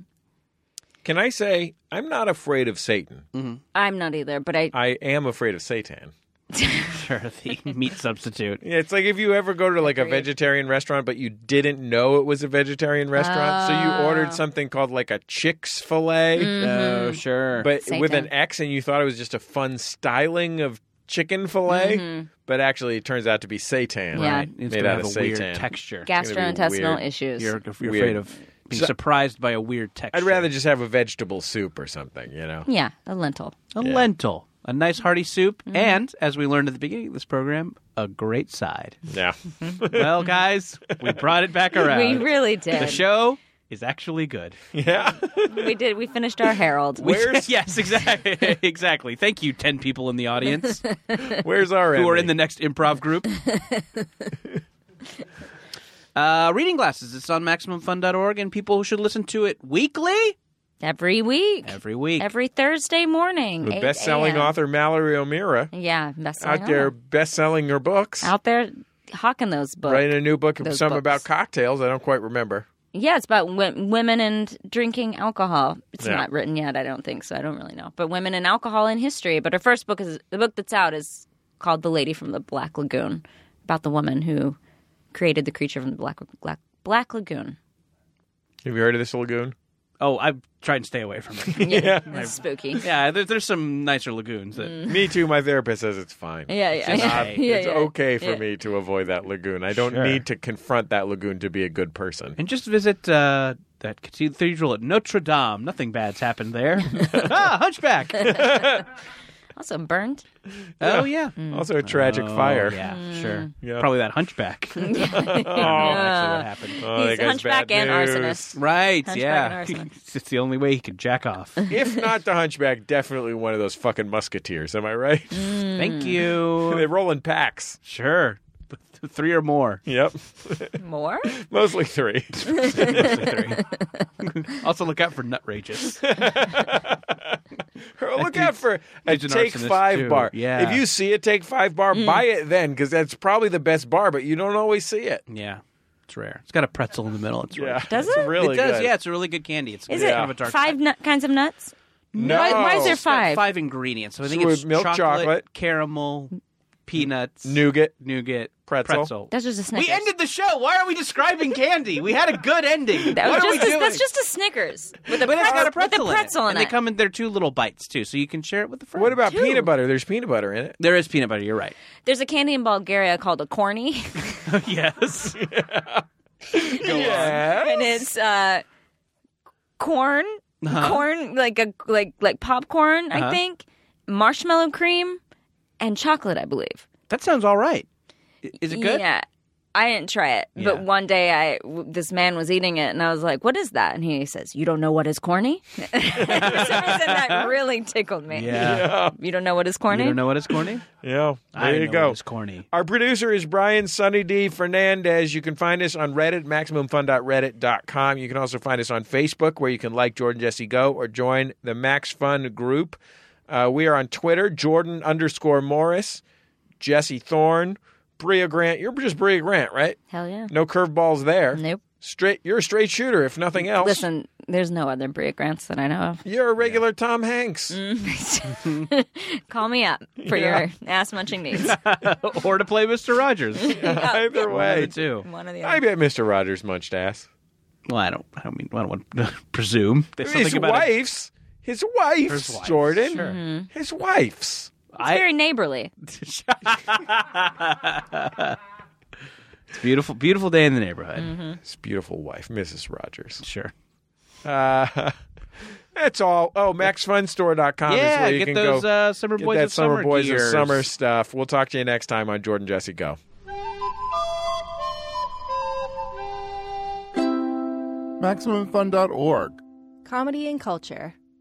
can i say i'm not afraid of satan Mm. I'm not either, but Uh, (laughs) I i am afraid of satan (laughs) sure the meat (laughs) substitute Yeah, it's like if you ever go to like a vegetarian restaurant, but you didn't know it was a vegetarian restaurant, so you Ah. ordered something called like a Chick's Filet. Mm. uh, Mm-hmm. Mhm. Oh, sure. but with Satan. an X, and you thought it was just a fun styling of chicken filet, Mhm. but actually it turns out to be seitan. Yeah. Right. It's made gonna out have of a weird seitan. texture. It's gonna be Gastrointestinal weird. issues. You're, you're Weird. afraid of being So- surprised by a weird texture. I'd rather just have a vegetable soup or something, you (laughs) know. yeah, a lentil. A lentil, a nice hearty soup, Mm-hmm. and as we learned at the beginning of this program, a great side. Yeah. Mm-hmm. well, guys, we brought it back around. (laughs) We really did. Uh, The show is actually good. (laughs) Yeah. we did. We finished our herald. (laughs) yes, exactly. exactly. Thank you, ten people in the (laughs) audience. Where's our who are Emily? in the next improv (laughs) group? uh, reading glasses. It's on MaximumFun.org, and people should listen to it weekly. Every week. Every week. Every Thursday morning. With 8 best-selling a.m.. author Mallory O'Meara Yeah, best-selling out there author. best-selling her books. out there hawking those books. Writing a new book, Those some books. about cocktails. I don't quite remember. Yeah, it's about w- women and drinking alcohol. It's Yeah. not written yet, I don't think, so I don't really know. But women and alcohol in history. But her first book is the book that's out is called "The Lady from the Black Lagoon," about the woman who created the creature from the Black Black, Black Lagoon. Have you heard of this lagoon? Oh, I try and stay away from it. (laughs) Yeah, it's spooky. (laughs) Yeah, there, there's some nicer lagoons. That... Me too. My therapist says it's fine. Yeah, It's, yeah, just yeah. not- (laughs) Yeah, it's yeah, okay for yeah. me to avoid that lagoon. I don't Sure. need to confront that lagoon to be a good person. Mm. And just visit uh, that cathedral at Notre Dame. Nothing bad's (laughs) happened there. (laughs) ah, hunchback. Also burned. Oh yeah. Oh, Also a tragic fire. Yeah, sure. Mm. (laughs) Yeah. Probably that hunchback. (laughs) I don't know actually what happened. Oh, that He's guy's hunchback bad and news. arsonist. Right, Hunchback (laughs) yeah. and it's the only way he could jack off. (laughs) if not the hunchback, definitely one of those fucking musketeers. Am I right? Thank Mm. you. (laughs) they roll in packs. Sure. Three or (laughs) more. Yep. (laughs) More? Mostly (laughs) three. (laughs) (laughs) also look out for nut rages. Look out for a He's an take arsonist, five too. bar. Yeah. If you see a take five bar, Mm. buy it then because that's probably the best bar, but you don't always see it. (laughs) Yeah. It's rare. It's got a pretzel in the middle. It's Yeah. rare. Does It's it? really It does. good. Yeah, it's a really good candy. It's Is it's it kind of a dark five nu- kinds of nuts? Why, why is there It's got five? Five ingredients. So I think So it's with milk chocolate. caramel, peanuts, nougat, nougat, pretzel. That's just a Snickers. We ended the show. Why are we describing candy? We had a good ending. (laughs) That was what are we just a, doing? that's just a Snickers with a, but it's got a pretzel- with pretzel, a in pretzel it. in and they come in their two little bites too, so you can share it with the friends. What about peanut butter? There's peanut butter in it. There is peanut butter. You're right. (laughs) There's a candy in Bulgaria called a corny. yes. Yes. and it's uh, corn, Uh-huh. corn like a like like popcorn, Uh-huh. I think, marshmallow cream, and chocolate, I believe. That sounds all right. Is it good? Yeah. I didn't try it, but Yeah. one day I w- this man was eating it, and I was like, "What is that?" And he says, "You don't know what is corny." (laughs) For some (laughs) reason, that really tickled me. Yeah. Yeah. (laughs) You don't know what is corny. You don't know what is corny? yeah. There I you know go. It's corny. Our producer is Brian Sunny D. Fernandez. You can find us on Reddit, MaximumFun.reddit.com. You can also find us on Facebook, where you can like Jordan Jesse Go or join the Max Fun group. Uh, we are on Twitter, Jordan underscore Morris, Jesse Thorne, Bria Grant. You're just Bria Grant, right? Hell yeah. No curveballs there. Nope. Straight. You're a straight shooter, if nothing else. Listen, there's no other Bria Grants that I know of. (laughs) You're a regular Tom Hanks. Mm. Call me up for Yeah. your ass munching needs. (laughs) (laughs) or to play Mr. Rogers. (laughs) Either way, too. One or the I bet Mr. Rogers munched ass. Well, I don't. I don't mean. I don't want to (laughs) presume. There's His something about it- wife's, his wife's, His wife's, Jordan. sure. His wife's. It's very neighborly. It's a beautiful, beautiful day in the neighborhood. His beautiful wife, Mrs. Rogers. Sure. Uh, (laughs) that's all. Oh, maxfunstore.com is Yeah, where you get can those, go. uh, Summer get Boys that of Summer Summer Boys gears. of Summer stuff. We'll talk to you next time on Jordan Jesse Go. MaximumFun.org. Comedy and culture.